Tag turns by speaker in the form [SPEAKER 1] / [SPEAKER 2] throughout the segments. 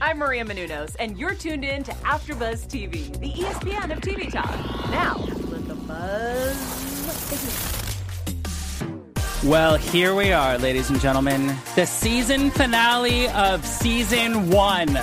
[SPEAKER 1] I'm Maria Menounos, and you're tuned in to AfterBuzz TV, the E ESPN of TV talk. Now, let the buzz begin.
[SPEAKER 2] Well, here we are, ladies and gentlemen. The season finale of season one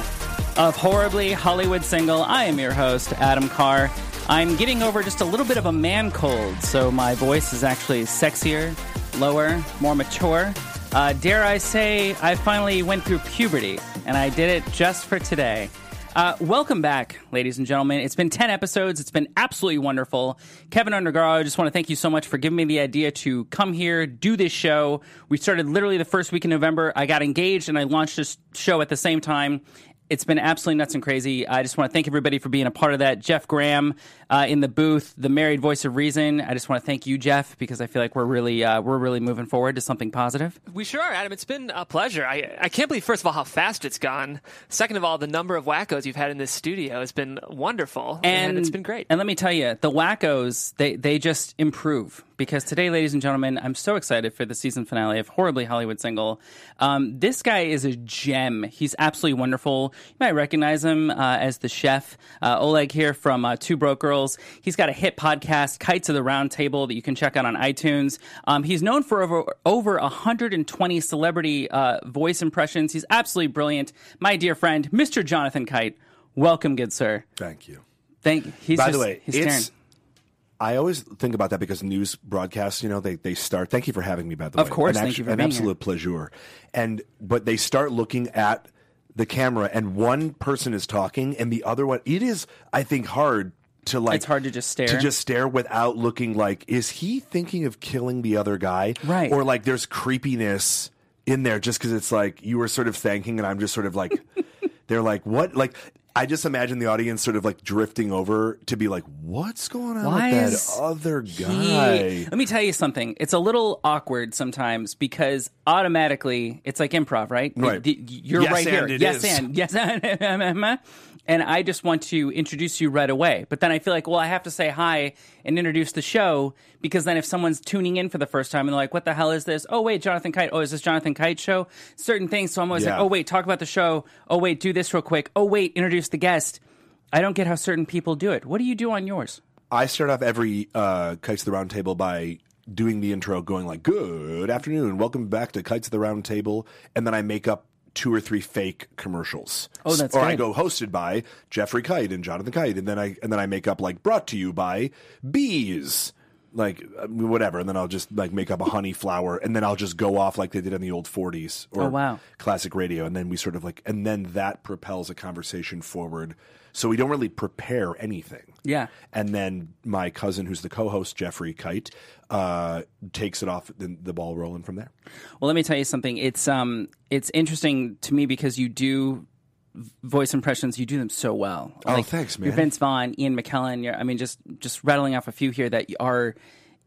[SPEAKER 2] of Horribly Hollywood Single. I am your host, Adam Carr. I'm getting over just a little bit of a man cold, so my voice is actually sexier, lower, more mature. Uh, dare I say, I finally went through puberty, and I did it just for today. Uh, welcome back, ladies and gentlemen. It's been 10 episodes. It's been absolutely wonderful. Kevin Undergaro, I just want to thank you so much for giving me the idea to come here, do this show. We started literally the first week in November. I got engaged and I launched this show at the same time. It's been absolutely nuts and crazy. I just want to thank everybody for being a part of that. Jeff Graham uh, in the booth, the married voice of reason. I just want to thank you, Jeff, because I feel like we're really uh, we're really moving forward to something positive.
[SPEAKER 3] We sure are, Adam. It's been a pleasure. I, I can't believe, first of all, how fast it's gone. Second of all, the number of wackos you've had in this studio has been wonderful, and, it's been great.
[SPEAKER 2] And let me tell you, the wackos they they just improve because today, ladies and gentlemen, I'm so excited for the season finale of Horribly Hollywood Single. Um, this guy is a gem. He's absolutely wonderful. You might recognize him uh, as the chef uh, Oleg here from uh, Two Broke Girls. He's got a hit podcast, Kites of the Round Table, that you can check out on iTunes. Um, he's known for over over 120 celebrity uh, voice impressions. He's absolutely brilliant. My dear friend, Mr. Jonathan Kite. Welcome, good sir.
[SPEAKER 4] Thank you.
[SPEAKER 2] Thank. He's
[SPEAKER 4] By
[SPEAKER 2] just-
[SPEAKER 4] the way,
[SPEAKER 2] he's
[SPEAKER 4] it's.
[SPEAKER 2] staring.
[SPEAKER 4] I always think about that because news broadcasts, you know, they, they start. Thank you for having me, by the way.
[SPEAKER 2] Of course,
[SPEAKER 4] an,
[SPEAKER 2] thank
[SPEAKER 4] actu-
[SPEAKER 2] you for
[SPEAKER 4] an
[SPEAKER 2] being
[SPEAKER 4] absolute pleasure. And but they start looking at the camera, and one person is talking, and the other one. It is, I think, hard to like.
[SPEAKER 2] It's hard to just stare.
[SPEAKER 4] to just stare without looking like, is he thinking of killing the other guy?
[SPEAKER 2] Right.
[SPEAKER 4] Or like, there's creepiness in there just because it's like you were sort of thanking, and I'm just sort of like, they're like, what? Like, I just imagine the audience sort of like drifting over to be like, what's going on
[SPEAKER 2] Why
[SPEAKER 4] with that
[SPEAKER 2] is
[SPEAKER 4] other
[SPEAKER 2] he-
[SPEAKER 4] guy?
[SPEAKER 2] Let me tell you something. It's a little awkward sometimes because automatically it's like improv, right?
[SPEAKER 4] Right.
[SPEAKER 2] The- the- You're
[SPEAKER 4] Yes,
[SPEAKER 2] right
[SPEAKER 4] and
[SPEAKER 2] here.
[SPEAKER 4] it
[SPEAKER 2] yes,
[SPEAKER 4] is.
[SPEAKER 2] and yes, and and I just want to introduce you right away. But then I feel like, well, I have to say hi and introduce the show because then if someone's tuning in for the first time and they're like, "What the hell is this?" Oh wait, Jonathan Kite. Oh, is this Jonathan Kite show? Certain things. So I'm always like,
[SPEAKER 4] Yeah.
[SPEAKER 2] "Oh wait, talk about the show." Oh wait, do this real quick. Oh wait, introduce the guest. I don't get how certain people do it. What do you do on yours?
[SPEAKER 4] I start off every uh, Kites of the Round Table by doing the intro, going like, "Good afternoon, welcome back to Kites of the Round Table," and then I make up two or three fake commercials.
[SPEAKER 2] Oh, that's
[SPEAKER 4] or I
[SPEAKER 2] good.
[SPEAKER 4] go hosted by Jeffrey Kite and Jonathan Kite, and then I and then I make up like brought to you by bees. Like uh, whatever, and then I'll just like make up a honey flower, and then I'll just go off like they did in the old '40s or
[SPEAKER 2] Oh, wow.
[SPEAKER 4] classic radio, and then we sort of like, and then that propels a conversation forward. So we don't really prepare anything.
[SPEAKER 2] Yeah.
[SPEAKER 4] And then my cousin, who's the co-host, Jeffrey Kite, uh, takes it off the, the ball rolling from there.
[SPEAKER 2] Well, let me tell you something. It's um, it's interesting to me because you do v- voice impressions. You do them so well.
[SPEAKER 4] Oh, thanks,
[SPEAKER 2] You're
[SPEAKER 4] man.
[SPEAKER 2] Vince Vaughn, Ian McKellen. You're, I mean, just just rattling off a few here that are.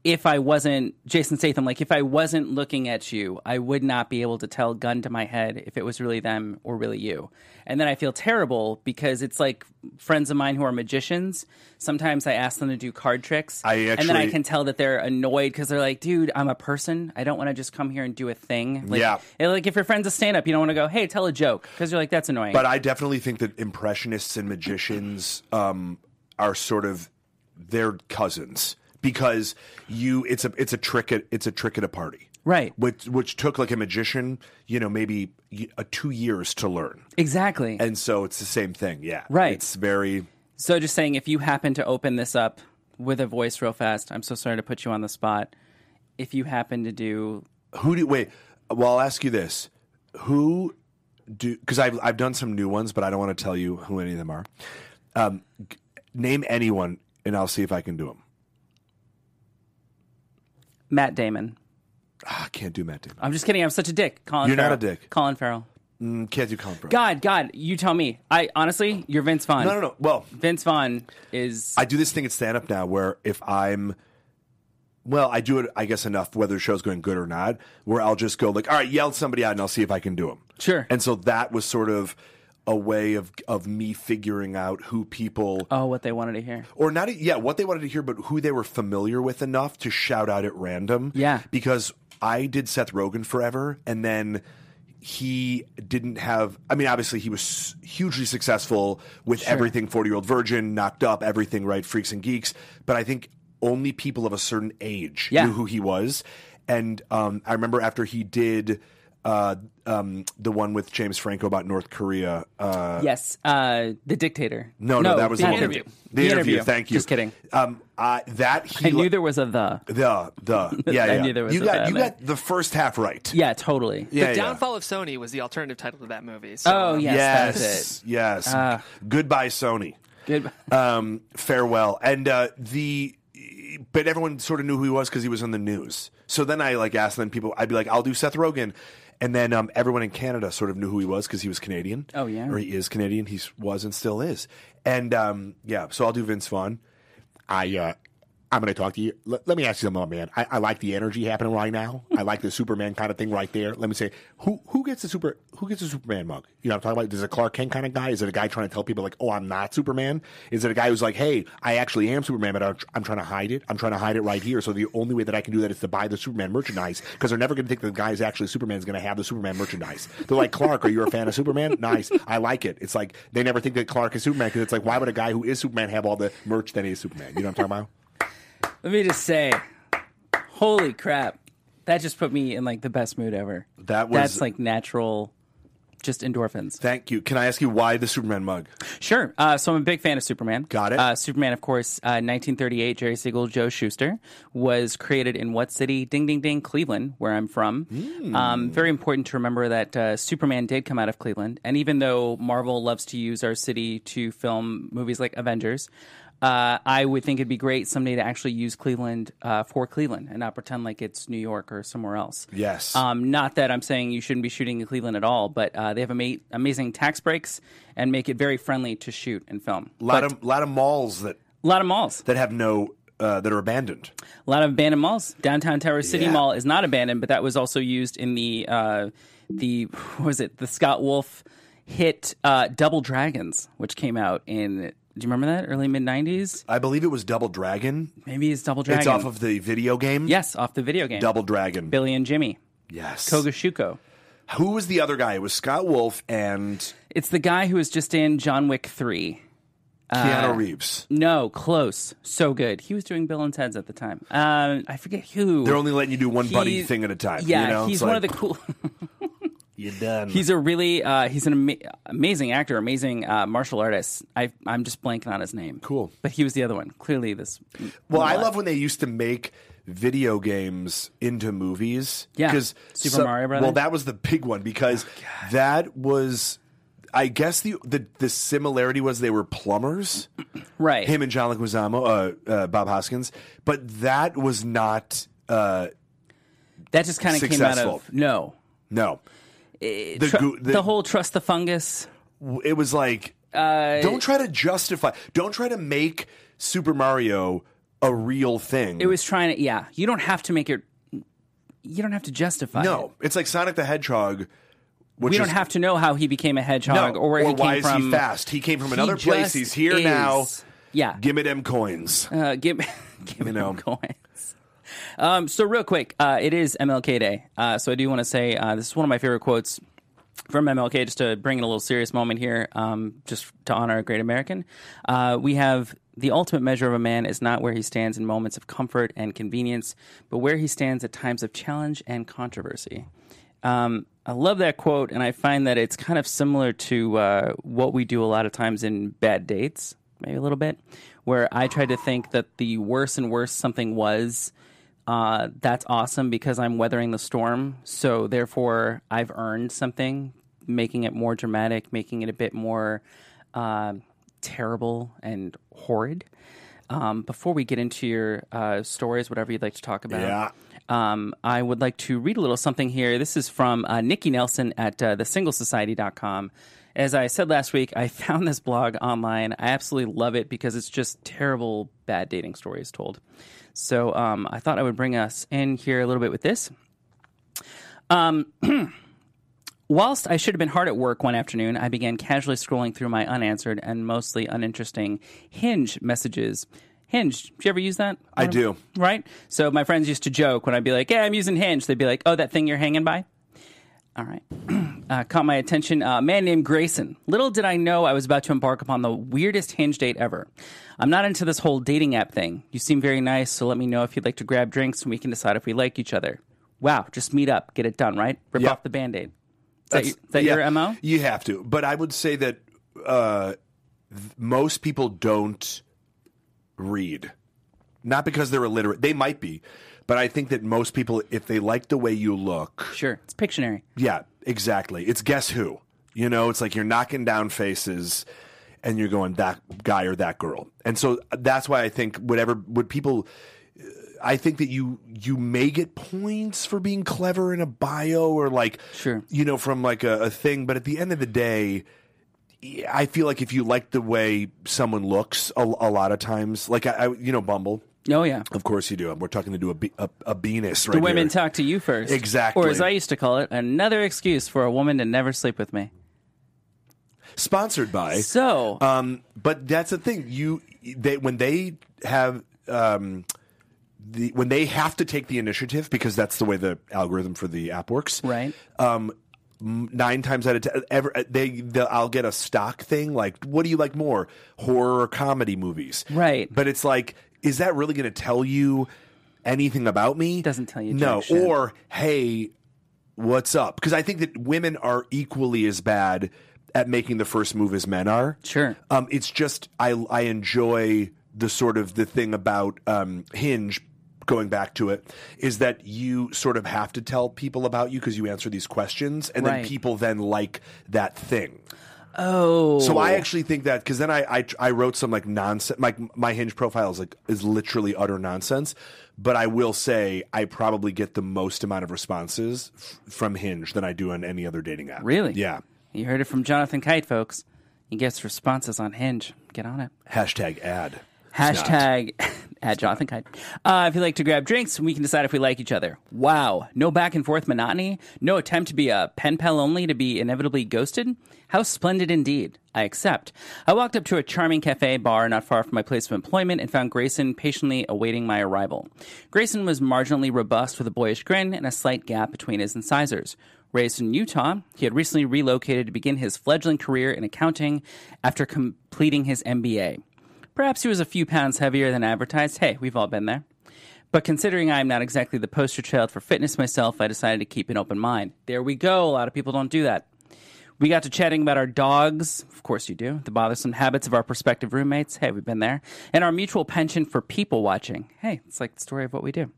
[SPEAKER 2] If I wasn't Jason Statham, like if I wasn't looking at you, I would not be able to tell gun to my head if it was really them or really you. And then I feel terrible because it's like friends of mine who are magicians. Sometimes I ask them to do card tricks,
[SPEAKER 4] I
[SPEAKER 2] and then I
[SPEAKER 4] actually-
[SPEAKER 2] can tell that they're annoyed because they're like, "Dude, I'm a person. I don't want to just come here and do a thing." Like,
[SPEAKER 4] Yeah.
[SPEAKER 2] and, Like if your friend's a stand-up, you don't want to go, "Hey, tell a joke," because you're like, "That's annoying."
[SPEAKER 4] But I definitely think that impressionists and magicians um, are sort of their cousins because you it's a it's a trick at it's a trick at a party.
[SPEAKER 2] Right.
[SPEAKER 4] Which which took like a magician, you know, maybe y- uh, 2 years to learn.
[SPEAKER 2] exactly.
[SPEAKER 4] And so it's the same thing, yeah.
[SPEAKER 2] Right.
[SPEAKER 4] It's very
[SPEAKER 2] so just saying, if you happen to open this up with a voice real fast, I'm so sorry to put you on the spot. If you happen to do,
[SPEAKER 4] Who do wait? Well, I'll ask you this: Who do? Because I've I've done some new ones, but I don't want to tell you who any of them are. Um, g- name anyone, and I'll see if I can do them.
[SPEAKER 2] Matt Damon.
[SPEAKER 4] Ah, I can't do Matt Damon.
[SPEAKER 2] I'm just kidding. I'm such a dick. Colin,
[SPEAKER 4] You're not a
[SPEAKER 2] Farrell.
[SPEAKER 4] dick.
[SPEAKER 2] Colin Farrell.
[SPEAKER 4] Mm, Can't do Colin Farrell.
[SPEAKER 2] God, God, you tell me. I honestly, you're Vince Vaughn.
[SPEAKER 4] No, no, no. Well,
[SPEAKER 2] Vince Vaughn is.
[SPEAKER 4] I do this thing at stand up now where if I'm well, I do it, I guess, enough whether the show's going good or not, where I'll just go like, all right, yell somebody out, and I'll see if I can do them.
[SPEAKER 2] Sure.
[SPEAKER 4] And so that was sort of a way of of me figuring out who people
[SPEAKER 2] oh, what they wanted to hear.
[SPEAKER 4] or not e, yeah what they wanted to hear but who they were familiar with enough to shout out at random
[SPEAKER 2] Yeah.
[SPEAKER 4] because i did seth rogen forever and then he didn't have. I mean, obviously, he was hugely successful with everything 40 year old virgin, knocked up, everything, right? Freaks and geeks. But I think only people of a certain age
[SPEAKER 2] Yeah.
[SPEAKER 4] knew who he was. And um, I remember after he did. Uh, um, the one with James Franco about North Korea. Uh,
[SPEAKER 2] yes, uh, the dictator.
[SPEAKER 4] no, no, that was
[SPEAKER 2] the
[SPEAKER 4] the
[SPEAKER 3] interview.
[SPEAKER 4] One. The, interview. Thank you.
[SPEAKER 2] Just kidding.
[SPEAKER 4] Um, I that he
[SPEAKER 2] I knew there was a the.
[SPEAKER 4] the the yeah
[SPEAKER 2] I
[SPEAKER 4] yeah.
[SPEAKER 2] knew there was
[SPEAKER 4] you
[SPEAKER 2] a
[SPEAKER 4] got
[SPEAKER 2] bad
[SPEAKER 4] you
[SPEAKER 2] there.
[SPEAKER 4] got the first half right.
[SPEAKER 2] Yeah, totally.
[SPEAKER 4] yeah, yeah.
[SPEAKER 3] the downfall of Sony was the alternative title to that movie. So,
[SPEAKER 2] Oh,
[SPEAKER 3] um,
[SPEAKER 2] yeah. Yes, that is
[SPEAKER 4] Yes, yes.
[SPEAKER 2] Ah.
[SPEAKER 4] Goodbye, Sony.
[SPEAKER 2] Good.
[SPEAKER 4] Um, farewell. And uh, the but everyone sort of knew who he was because he was on the news. So then I like asked them people. I'd be like, I'll do Seth Rogen. And then um, everyone in Canada sort of knew who he was because he was Canadian.
[SPEAKER 2] Oh, yeah.
[SPEAKER 4] or he is Canadian. He was and still is. And um, yeah, so I'll do Vince Vaughn.
[SPEAKER 5] I uh, I'm going to talk to you. L- let me ask you something, man. I-, I like the energy happening right now. I like the Superman kind of thing right there. Let me say, who who gets the super who gets the Superman mug? You know, what I'm talking about. Is it a Clark Kent kind of guy? Is it a guy trying to tell people like, oh, I'm not Superman? Is it a guy who's like, hey, I actually am Superman, but I'm, tr- I'm trying to hide it. I'm trying to hide it right here. So the only way that I can do that is to buy the Superman merchandise because they're never going to think the guy is actually Superman is going to have the Superman merchandise. They're like, Clark, are you a fan of Superman? Nice, I like it. It's like they never think that Clark is Superman because it's like, why would a guy who is Superman have all the merch that is Superman? You know what I'm talking about?
[SPEAKER 2] Let me just say, holy crap, that just put me in like the best mood ever.
[SPEAKER 4] That was-
[SPEAKER 2] that's like natural, just endorphins.
[SPEAKER 4] Thank you. Can I ask you why the Superman mug?
[SPEAKER 2] Sure. Uh, so I'm a big fan of Superman.
[SPEAKER 4] Got it.
[SPEAKER 2] Uh, Superman, of course, uh, 1938, Jerry Siegel, Joe Schuster, was created in what city? Ding, ding, ding, Cleveland, where I'm from.
[SPEAKER 4] Hmm.
[SPEAKER 2] Um, very important to remember that uh, Superman did come out of Cleveland. And even though Marvel loves to use our city to film movies like Avengers, uh, I would think it'd be great someday to actually use Cleveland uh, for Cleveland and not pretend like it's New York or somewhere else.
[SPEAKER 4] Yes.
[SPEAKER 2] Um, not that I'm saying you shouldn't be shooting in Cleveland at all, but uh, they have ama- amazing tax breaks and make it very friendly to shoot and film.
[SPEAKER 4] A lot of lot of malls that
[SPEAKER 2] A lot of malls,
[SPEAKER 4] that have no uh, that are abandoned.
[SPEAKER 2] a lot of abandoned malls. Downtown Tower City
[SPEAKER 4] Yeah.
[SPEAKER 2] Mall is not abandoned, but that was also used in the uh, the what was it the Scott Wolf hit uh, Double Dragons, which came out in. Do you remember that early mid '90s?
[SPEAKER 4] I believe it was Double Dragon.
[SPEAKER 2] Maybe it's Double Dragon.
[SPEAKER 4] It's off of the video game.
[SPEAKER 2] yes, off the video game
[SPEAKER 4] Double Dragon.
[SPEAKER 2] Billy and Jimmy
[SPEAKER 4] Yes.
[SPEAKER 2] Kogoshuko.
[SPEAKER 4] Who was the other guy? It was Scott Wolf and
[SPEAKER 2] It's the guy who was just in John Wick Three. Uh,
[SPEAKER 4] Keanu Reeves.
[SPEAKER 2] No, close. So good. He was doing Bill and Ted's at the time. Um, I forget who.
[SPEAKER 4] They're only letting you do one buddy
[SPEAKER 2] He's-
[SPEAKER 4] thing at a time.
[SPEAKER 2] Yeah,
[SPEAKER 4] you know?
[SPEAKER 2] he's
[SPEAKER 4] It's
[SPEAKER 2] one
[SPEAKER 4] like,
[SPEAKER 2] of the cool.
[SPEAKER 4] You're done.
[SPEAKER 2] he's a really uh, he's an ama- amazing actor, amazing uh, martial artist. I I'm just blanking on his name.
[SPEAKER 4] Cool.
[SPEAKER 2] but he was the other one. Clearly, this.
[SPEAKER 4] well, I love when they used to make video games into movies.
[SPEAKER 2] Yeah.
[SPEAKER 4] 'Cause
[SPEAKER 2] Super Mario Brothers? Oh,
[SPEAKER 4] Well, that was the big one because that was. I guess the, the the similarity was they were plumbers.
[SPEAKER 2] Right.
[SPEAKER 4] him and John Leguizamo, uh, uh, Bob Hoskins, but that was not uh,
[SPEAKER 2] that just kind of came out
[SPEAKER 4] Successful.
[SPEAKER 2] of no.
[SPEAKER 4] no. The,
[SPEAKER 2] Tru-
[SPEAKER 4] goo-
[SPEAKER 2] the, whole trust the fungus.
[SPEAKER 4] it was like
[SPEAKER 2] Uh,
[SPEAKER 4] don't try to justify, don't try to make Super Mario a real thing.
[SPEAKER 2] It was trying to. Yeah, you don't have to make it. You don't have to justify. it.
[SPEAKER 4] no, it's like Sonic the Hedgehog. Which
[SPEAKER 2] We
[SPEAKER 4] is,
[SPEAKER 2] don't have to know how he became a hedgehog
[SPEAKER 4] no,
[SPEAKER 2] or where he came
[SPEAKER 4] why is
[SPEAKER 2] from.
[SPEAKER 4] he fast? He came from
[SPEAKER 2] He
[SPEAKER 4] another place.
[SPEAKER 2] just
[SPEAKER 4] He's here now.
[SPEAKER 2] is. Yeah.
[SPEAKER 4] Give me them coins.
[SPEAKER 2] Uh, give give me
[SPEAKER 4] know.
[SPEAKER 2] them coins. Um, so real quick, uh, it is MLK Day. Uh, so I do want to say uh, this is one of my favorite quotes from MLK. Just to bring in a little serious moment here, um, just to honor a great American. Uh, we have the ultimate measure of a man is not where he stands in moments of comfort and convenience, but where he stands at times of challenge and controversy. Um, I love that quote, and I find that it's kind of similar to uh, what we do a lot of times in bad dates, maybe a little bit, where I tried to think that the worse and worse something was, uh, that's awesome because I'm weathering the storm. So therefore, I've earned something, making it more dramatic, making it a bit more uh, terrible and horrid. Um, before we get into your uh, stories, whatever you'd like to talk about,
[SPEAKER 4] Yeah.
[SPEAKER 2] um, I would like to read a little something here. This is from uh, Nikki Nelson at uh, thesinglesociety.com. As I said last week, I found this blog online. I absolutely love it because it's just terrible, bad dating stories told. So um, I thought I would bring us in here a little bit with this. Um, Whilst I should have been hard at work one afternoon, I began casually scrolling through my unanswered and mostly uninteresting Hinge messages. Hinge, do you ever use that?
[SPEAKER 4] I do.
[SPEAKER 2] Right? So my friends used to joke when I'd be like, yeah, I'm using Hinge. They'd be like, oh, that thing you're hanging by? All right. uh, caught my attention. A man named Grayson. Little did I know I was about to embark upon the weirdest hinge date ever. I'm not into this whole dating app thing. You seem very nice, so let me know if you'd like to grab drinks and we can decide if we like each other. Wow, just meet up, get it done, right? Rip
[SPEAKER 4] Yeah.
[SPEAKER 2] off the band aid. Is that,
[SPEAKER 4] That's-
[SPEAKER 2] your- is that
[SPEAKER 4] yeah,
[SPEAKER 2] your MO?
[SPEAKER 4] You have to. But I would say that uh, th- most people don't read. Not because they're illiterate. They might be. But I think that most people, if they like the way you look,
[SPEAKER 2] Sure. It's Pictionary.
[SPEAKER 4] yeah, exactly. It's guess who. You know, it's like you're knocking down faces and you're going that guy or that girl. And so uh, that's why I think whatever would people uh, I think that you you may get points for being clever in a bio or like
[SPEAKER 2] Sure.
[SPEAKER 4] you know from like a, a thing, but at the end of the day I feel like if you like the way someone looks a, a lot of times like I, I you know Bumble
[SPEAKER 2] Oh, yeah.
[SPEAKER 4] of course you do. We're talking to do a be- a, a Venus right
[SPEAKER 2] The women
[SPEAKER 4] here.
[SPEAKER 2] talk to you first.
[SPEAKER 4] Exactly.
[SPEAKER 2] Or as I used to call it, another excuse for a woman to never sleep with me.
[SPEAKER 4] sponsored by
[SPEAKER 2] So,
[SPEAKER 4] Um, but that's the thing. You they when they have um, the when they have to take the initiative because that's the way the algorithm for the app works.
[SPEAKER 2] Right.
[SPEAKER 4] Um, m- nine times out of ten, ever uh, they the, I'll get a stock thing like, what do you like more, horror or comedy movies?
[SPEAKER 2] Right.
[SPEAKER 4] But it's like, is that really going to tell you? Anything about me
[SPEAKER 2] Doesn't tell you
[SPEAKER 4] no,
[SPEAKER 2] jack shit.
[SPEAKER 4] or hey, what's up? Because I think that women are equally as bad at making the first move as men are.
[SPEAKER 2] Sure.
[SPEAKER 4] Um, it's just I I enjoy the sort of the thing about um, Hinge. Going back to it, is that you sort of have to tell people about you because you answer these questions, and
[SPEAKER 2] Right.
[SPEAKER 4] then people then like that thing.
[SPEAKER 2] oh.
[SPEAKER 4] So I actually think that because then I, I I wrote some like nonsense. Like my Hinge profile is like is literally utter nonsense. But I will say I probably get the most amount of responses f- from Hinge than I do on any other dating app.
[SPEAKER 2] Really?
[SPEAKER 4] Yeah.
[SPEAKER 2] You heard it from Jonathan Kite, folks. He gets responses on Hinge. Get on it.
[SPEAKER 4] Hashtag ad. It's not.
[SPEAKER 2] Hashtag at Jonathan Kite. Uh, if you like to grab drinks, we can decide if we like each other. Wow. No back and forth monotony. No attempt to be a pen pal only to be inevitably ghosted. How splendid indeed. I accept. I walked up to a charming cafe bar not far from my place of employment and found Grayson patiently awaiting my arrival. Grayson was marginally robust with a boyish grin and a slight gap between his incisors. Raised in Utah, he had recently relocated to begin his fledgling career in accounting after completing his MBA. Perhaps he was a few pounds heavier than advertised. Hey, we've all been there. But considering I am not exactly the poster child for fitness myself, I decided to keep an open mind. There we go. A lot of people don't do that. We got to chatting about our dogs. Of course, you do. The bothersome habits of our prospective roommates. Hey, we've been there. And our mutual penchant for people watching. Hey, it's like the story of what we do.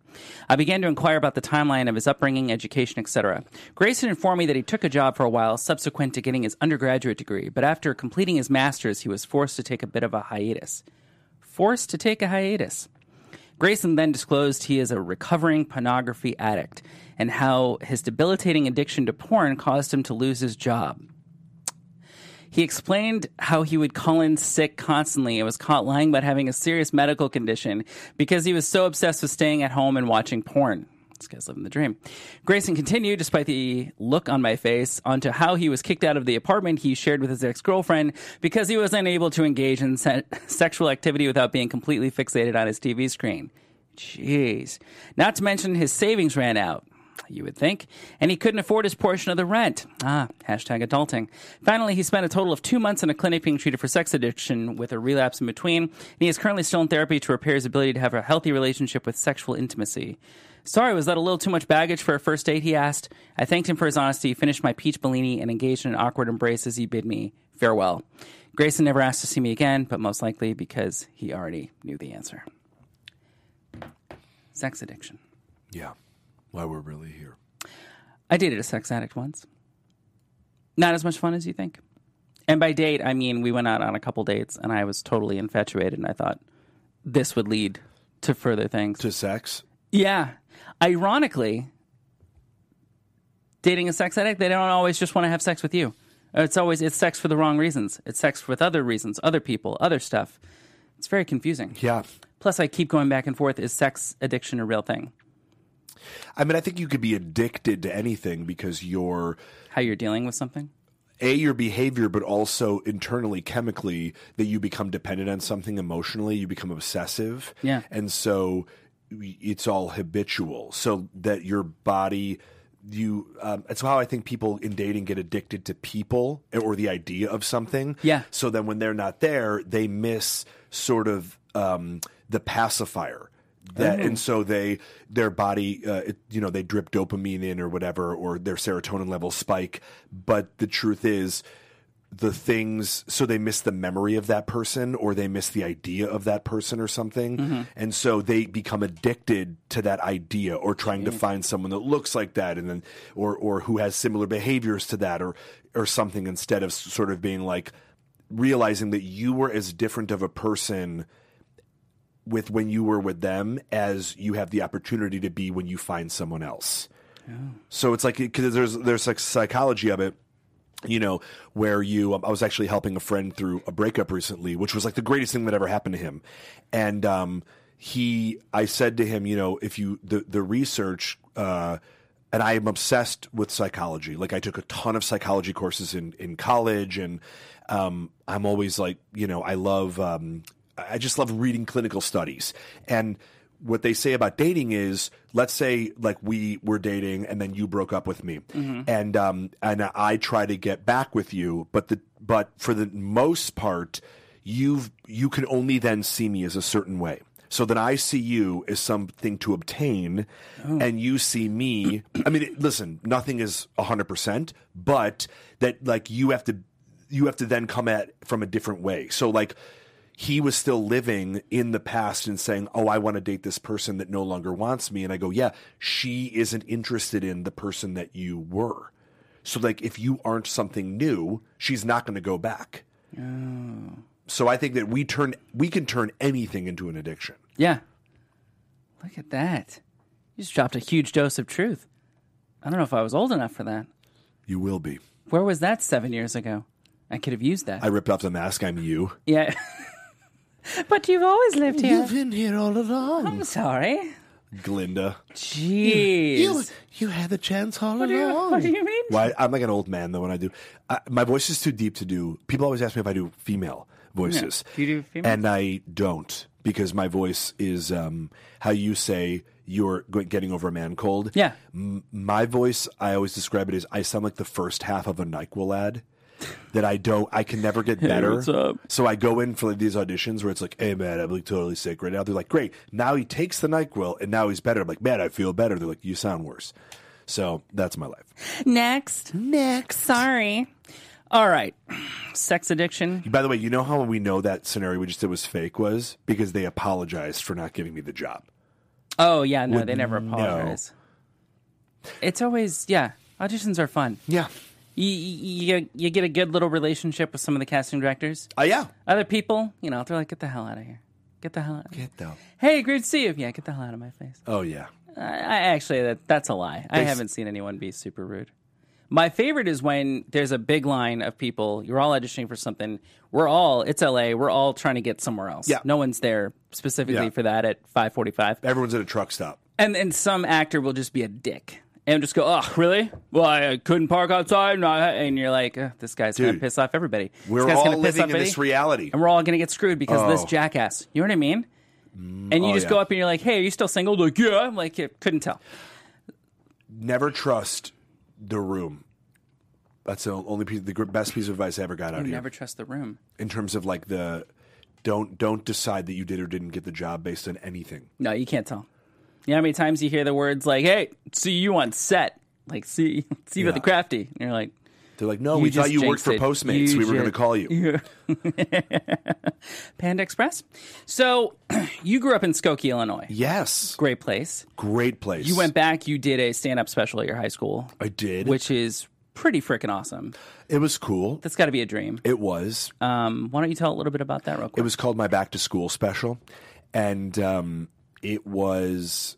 [SPEAKER 2] I began to inquire about the timeline of his upbringing, education, etc. Grayson informed me that he took a job for a while subsequent to getting his undergraduate degree, but after completing his master's, he was forced to take a bit of a hiatus. Forced to take a hiatus. Grayson then disclosed he is a recovering pornography addict and how his debilitating addiction to porn caused him to lose his job. He explained how he would call in sick constantly and was caught lying about having a serious medical condition because he was so obsessed with staying at home and watching porn. This guy's living the dream. Grayson continued, despite the look on my face, onto how he was kicked out of the apartment he shared with his ex girlfriend because he was unable to engage in se- sexual activity without being completely fixated on his TV screen. Jeez. Not to mention his savings ran out. You would think. And he couldn't afford his portion of the rent. Ah, hashtag adulting. Finally, he spent a total of two months in a clinic being treated for sex addiction with a relapse in between. And he is currently still in therapy to repair his ability to have a healthy relationship with sexual intimacy. Sorry, was that a little too much baggage for a first date? He asked. I thanked him for his honesty, finished my peach Bellini, and engaged in an awkward embrace as he bid me farewell. Grayson never asked to see me again, but most likely because he already knew the answer. Sex addiction.
[SPEAKER 4] Yeah. Why we're really here.
[SPEAKER 2] I dated a sex addict once. Not as much fun as you think. And by date, I mean we went out on a couple dates and I was totally infatuated and I thought this would lead to further things.
[SPEAKER 4] To sex.
[SPEAKER 2] Yeah. Ironically, dating a sex addict, they don't always just want to have sex with you. It's always it's sex for the wrong reasons. It's sex with other reasons, other people, other stuff. It's very confusing.
[SPEAKER 4] Yeah.
[SPEAKER 2] Plus I keep going back and forth is sex addiction a real thing?
[SPEAKER 4] I mean, I think you could be addicted to anything because you're
[SPEAKER 2] How you're dealing with something?
[SPEAKER 4] a your behavior, but also internally, chemically, that you become dependent on something emotionally. You become obsessive.
[SPEAKER 2] Yeah.
[SPEAKER 4] and so it's all habitual. So that your body you um, it's how I think people in dating get addicted to people or the idea of something.
[SPEAKER 2] Yeah.
[SPEAKER 4] So then when they're not there, they miss sort of um, the pacifier. That, and so they their body uh, it, you know they drip dopamine in or whatever or their serotonin levels spike but the truth is the things so they miss the memory of that person or they miss the idea of that person or something and so they become addicted to that idea or trying to find someone that looks like that and then or or who has similar behaviors to that or or something instead of s- sort of being like realizing that you were as different of a person with when you were with them as you have the opportunity to be when you find someone else. So it's like because there's there's like psychology of it, you know, where you um, I was actually helping a friend through a breakup recently, which was like the greatest thing that ever happened to him, and um, he I said to him, you know, if you the the research. Uh, and I am obsessed with psychology. Like I took a ton of psychology courses in in college, and um, I'm always like, you know, I love, um, I I just love reading clinical studies. And what they say about dating is, let's say like we were dating, and then you broke up with me, and um, and I try to get back with you, but the but for the most part, you've you can only then see me as a certain way. So then I see you as something to obtain, and you see me. I mean, it- listen, nothing is hundred percent, but that like you have to you have to then come at from a different way. So like he was still living in the past and saying, "Oh, I want to date this person that no longer wants me," and I go, "Yeah, she isn't interested in the person that you were." So like, if you aren't something new, she's not going to go back.
[SPEAKER 2] Oh.
[SPEAKER 4] So I think that we turn we can turn anything into an addiction.
[SPEAKER 2] Yeah. Look at that. You just dropped a huge dose of truth. I don't know if I was old enough for that.
[SPEAKER 4] You will be.
[SPEAKER 2] Where was that seven years ago? I could have used that.
[SPEAKER 4] I ripped off the mask. I'm you.
[SPEAKER 2] yeah. but you've always lived here.
[SPEAKER 4] been here all along,
[SPEAKER 2] I'm sorry.
[SPEAKER 4] Glinda.
[SPEAKER 2] Jeez.
[SPEAKER 4] you had the chance all
[SPEAKER 2] what, do you, what do you mean?
[SPEAKER 4] Why? I'm like an old man though. When I do, I, my voice is too deep to do. People always ask me if I do female voices.
[SPEAKER 2] Do you do female?
[SPEAKER 4] And I don't because my voice is um, how you say you're go- getting over a man cold.
[SPEAKER 2] Yeah.
[SPEAKER 4] M- my voice, I always describe it as I sound like the first half of a Nyquil ad. That I don't, I can never get better.
[SPEAKER 2] what's up?
[SPEAKER 4] So I go in for like, these auditions where it's like, "Hey man, I'm like totally sick right now." They're like, "Great, now he takes the Nyquil and now he's better." I'm like, "Man, I feel better." They're like, "You sound worse." So that's my life.
[SPEAKER 2] Next.
[SPEAKER 4] Next.
[SPEAKER 2] Sorry. All right. Sex addiction.
[SPEAKER 4] By the way, you know how we know that scenario we just did was fake was because they apologized for not giving me the job.
[SPEAKER 2] Oh, yeah. No,
[SPEAKER 4] Would
[SPEAKER 2] they never
[SPEAKER 4] no.
[SPEAKER 2] apologize. It's always, yeah. Auditions are fun.
[SPEAKER 4] Yeah.
[SPEAKER 2] You, you, you get a good little relationship with some of the casting directors.
[SPEAKER 4] Uh, yeah.
[SPEAKER 2] Other people, you know, they're like, get the hell out of here. Get the hell out of here.
[SPEAKER 4] Get the.
[SPEAKER 2] Hey, great to see you. Yeah, get the hell out of my face.
[SPEAKER 4] Oh yeah.
[SPEAKER 2] I, I actually, that, that's a lie. I
[SPEAKER 4] s-
[SPEAKER 2] haven't seen anyone be super rude. My favorite is when there's a big line of people. You're all auditioning for something. We're all it's LA. We're all trying to get somewhere else.
[SPEAKER 4] Yeah.
[SPEAKER 2] No one's there specifically
[SPEAKER 4] Yeah.
[SPEAKER 2] for that at 5:45.
[SPEAKER 4] Everyone's at a truck stop.
[SPEAKER 2] And and some actor will just be a dick and just go, "Oh, really? Well, I couldn't park outside." And, I, and you're like, "Ugh, "This guy's gonna
[SPEAKER 4] Dude,
[SPEAKER 2] piss off everybody. This
[SPEAKER 4] We're
[SPEAKER 2] guy's
[SPEAKER 4] all
[SPEAKER 2] gonna piss
[SPEAKER 4] living
[SPEAKER 2] off
[SPEAKER 4] in this
[SPEAKER 2] everybody."
[SPEAKER 4] reality.
[SPEAKER 2] and we're all gonna get screwed because of this
[SPEAKER 4] Oh.
[SPEAKER 2] jackass. You know what I mean? And you
[SPEAKER 4] oh,
[SPEAKER 2] just
[SPEAKER 4] yeah.
[SPEAKER 2] go up and you're like, "Hey, are you still single?" They're Like, yeah. I'm like, yeah, couldn't tell.
[SPEAKER 4] Never trust the room. That's the only piece, the gr- best piece of advice I ever got out here.
[SPEAKER 2] Never trust the room.
[SPEAKER 4] In terms of like the, don't don't decide that you did or didn't get the job based on anything.
[SPEAKER 2] No, you can't tell. You know how many times you hear the words like, "Hey, see you on set." Like, see, see you at the
[SPEAKER 4] Yeah.
[SPEAKER 2] crafty. And you're like,
[SPEAKER 4] They're like, no,
[SPEAKER 2] You
[SPEAKER 4] we thought
[SPEAKER 2] just
[SPEAKER 4] you
[SPEAKER 2] jinxed
[SPEAKER 4] worked for
[SPEAKER 2] it.
[SPEAKER 4] Postmates.
[SPEAKER 2] You
[SPEAKER 4] we were going to
[SPEAKER 2] just-
[SPEAKER 4] call you.
[SPEAKER 2] Panda Express. So, you grew up in Skokie, Illinois.
[SPEAKER 4] Yes,
[SPEAKER 2] Great place.
[SPEAKER 4] great place.
[SPEAKER 2] You went back. You did a stand-up special at your high school,
[SPEAKER 4] I did.
[SPEAKER 2] which is pretty freaking awesome.
[SPEAKER 4] it was cool.
[SPEAKER 2] That's got to be a dream.
[SPEAKER 4] It was.
[SPEAKER 2] Um, why don't you tell a little bit about that real
[SPEAKER 4] It
[SPEAKER 2] quick?
[SPEAKER 4] was called my back to school special, and um, it was.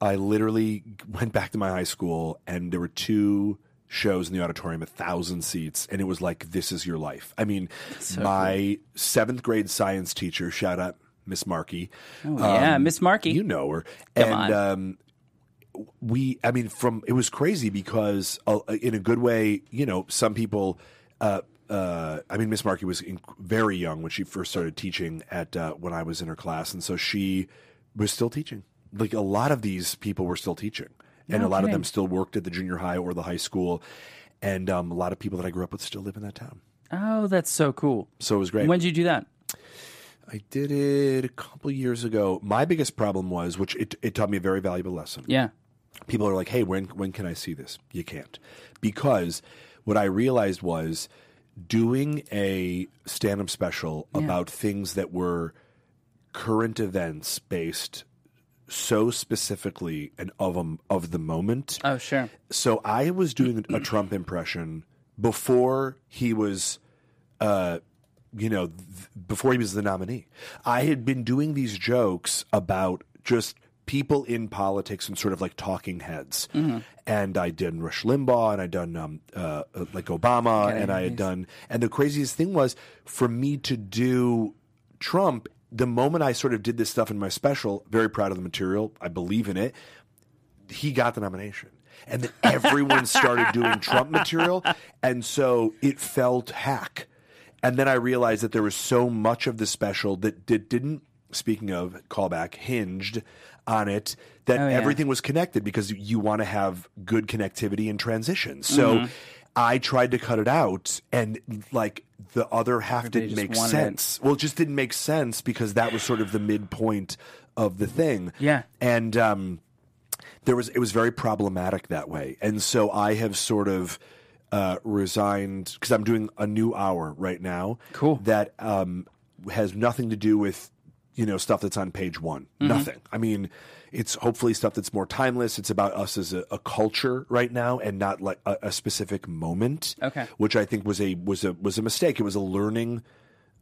[SPEAKER 4] I literally went back to my high school, and there were two shows in the auditorium, a thousand seats, and it was like, "This is your life." I mean, my seventh grade science teacher, shout out Miss Markey,
[SPEAKER 2] yeah, Miss Markey.
[SPEAKER 4] Um, you know her,
[SPEAKER 2] Come
[SPEAKER 4] and
[SPEAKER 2] on.
[SPEAKER 4] um, we i mean from it was crazy because uh, in a good way you know some people uh uh, I mean, Miss Markey was in, very young when she first started teaching at uh, when I was in her class, and so she was still teaching. Like a lot of these people were still teaching, and
[SPEAKER 2] No
[SPEAKER 4] a lot of
[SPEAKER 2] kidding.
[SPEAKER 4] them still worked at the junior high or the high school, and um, a lot of people that I grew up with still live in that town.
[SPEAKER 2] Oh, that's so cool.
[SPEAKER 4] So it was great.
[SPEAKER 2] When did you do that?
[SPEAKER 4] I did it a couple years ago. My biggest problem was, which it, it taught me a very valuable lesson.
[SPEAKER 2] Yeah.
[SPEAKER 4] People are like, "Hey, when when can I see this?" You can't, because what I realized was doing a stand-up special about things that were current events based so specifically and of a, of the moment
[SPEAKER 2] Oh, sure.
[SPEAKER 4] so I was doing a Trump impression before he was, uh, you know, th- before he was the nominee. I had been doing these jokes about just people in politics and sort of like talking heads. And I did Rush Limbaugh and I'd done um, uh, uh, like Obama and I had done. And the craziest thing was for me to do Trump. The moment I sort of did this stuff in my special, very proud of the material. I believe in it he got the nomination. And then everyone started doing Trump material. And so it felt hack. And then I realized that there was so much of the special that did, didn't, speaking of callback, hinged on it that
[SPEAKER 2] Oh, yeah.
[SPEAKER 4] everything was connected because you want to have good connectivity and transition. So
[SPEAKER 2] Mm-hmm.
[SPEAKER 4] I tried to cut it out and like the other half
[SPEAKER 2] Everybody
[SPEAKER 4] didn't
[SPEAKER 2] just
[SPEAKER 4] make
[SPEAKER 2] wanted it.
[SPEAKER 4] sense. Well, it just didn't make sense because that was sort of the midpoint of the thing.
[SPEAKER 2] Yeah.
[SPEAKER 4] And, um, there was it was very problematic that way, and so I have sort of uh, resigned because I'm doing a new hour right now.
[SPEAKER 2] Cool.
[SPEAKER 4] That um, has nothing to do with you know stuff that's on page one.
[SPEAKER 2] Mm-hmm.
[SPEAKER 4] Nothing. I mean, it's hopefully stuff that's more timeless. It's about us as a, a culture right now, and not like a, a specific moment.
[SPEAKER 2] Okay.
[SPEAKER 4] Which I think was a was a was a mistake. It was a learning.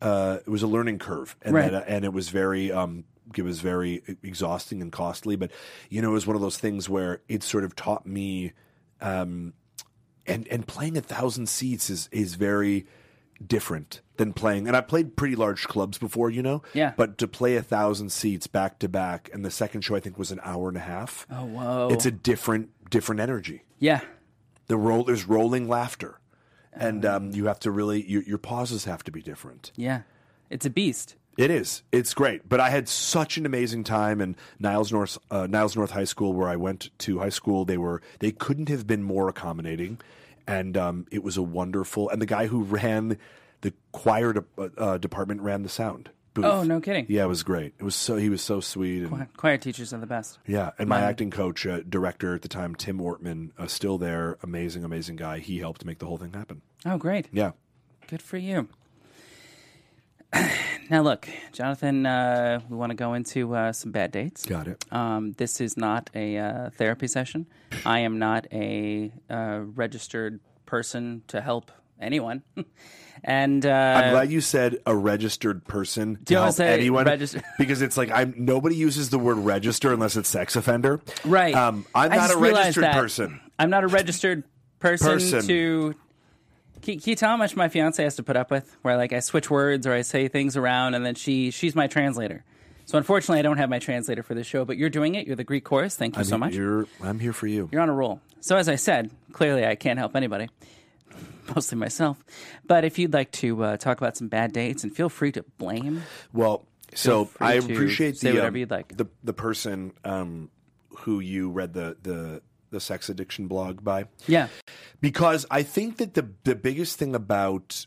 [SPEAKER 4] Uh, it was a learning curve, and
[SPEAKER 2] Right.
[SPEAKER 4] that, and it was very um it was very e, exhausting and costly but you know it was one of those things where it sort of taught me um and and playing a thousand seats is is very different than playing and i played pretty large clubs before you know
[SPEAKER 2] Yeah.
[SPEAKER 4] but to play a thousand seats back to back and the second show i think was an hour and a half
[SPEAKER 2] Oh, whoa.
[SPEAKER 4] it's a different different energy
[SPEAKER 2] yeah.
[SPEAKER 4] the roll there's rolling laughter and
[SPEAKER 2] Uh.
[SPEAKER 4] um, you have to really your, your pauses have to be different
[SPEAKER 2] Yeah. It's a beast.
[SPEAKER 4] it is. It's great. But I had such an amazing time in Niles North, uh, Niles North High School, where I went to high school. They were they couldn't have been more accommodating, and um, it was a wonderful. And the guy who ran the choir de- uh, uh, department ran the sound. Booth.
[SPEAKER 2] Oh, no kidding.
[SPEAKER 4] Yeah, it was great. It was so he was so sweet. And,
[SPEAKER 2] Choir teachers are the best.
[SPEAKER 4] yeah, and my acting coach, uh, director at the time, Tim Ortman, uh, still there, amazing, amazing guy. He helped make the whole thing happen.
[SPEAKER 2] Oh, great.
[SPEAKER 4] Yeah.
[SPEAKER 2] Good for you. now, look, Jonathan, uh, we want to go into uh, some bad dates.
[SPEAKER 4] Got it.
[SPEAKER 2] Um, this is not a uh, therapy session. I am not a uh, registered person to help anyone. and uh,
[SPEAKER 4] I'm glad you said a registered person to
[SPEAKER 2] you wanna
[SPEAKER 4] help
[SPEAKER 2] say
[SPEAKER 4] anyone
[SPEAKER 2] register-
[SPEAKER 4] because it's like I'm nobody uses the word register unless it's sex offender.
[SPEAKER 2] right,
[SPEAKER 4] Um, I'm
[SPEAKER 2] I
[SPEAKER 4] not
[SPEAKER 2] just
[SPEAKER 4] a
[SPEAKER 2] realized
[SPEAKER 4] registered
[SPEAKER 2] that.
[SPEAKER 4] person.
[SPEAKER 2] I'm not a registered person,
[SPEAKER 4] Person.
[SPEAKER 2] to. Can, can you tell how much my fiance has to put up with? Where like I switch words or I say things around, and then she she's my translator. So unfortunately, I don't have my translator for this show. But you're doing it. You're the Greek chorus. Thank you so much.
[SPEAKER 4] You're, I'm here for you.
[SPEAKER 2] You're on a roll. So, as I said, clearly I can't help anybody, mostly myself. But if you'd like to uh, talk about some bad dates, and feel free to blame.
[SPEAKER 4] Well, so
[SPEAKER 2] free
[SPEAKER 4] I
[SPEAKER 2] to
[SPEAKER 4] appreciate
[SPEAKER 2] say
[SPEAKER 4] the
[SPEAKER 2] whatever
[SPEAKER 4] um,
[SPEAKER 2] you'd like.
[SPEAKER 4] the the person um, who you read the the the sex addiction blog by.
[SPEAKER 2] Yeah,
[SPEAKER 4] because I think that the the biggest thing about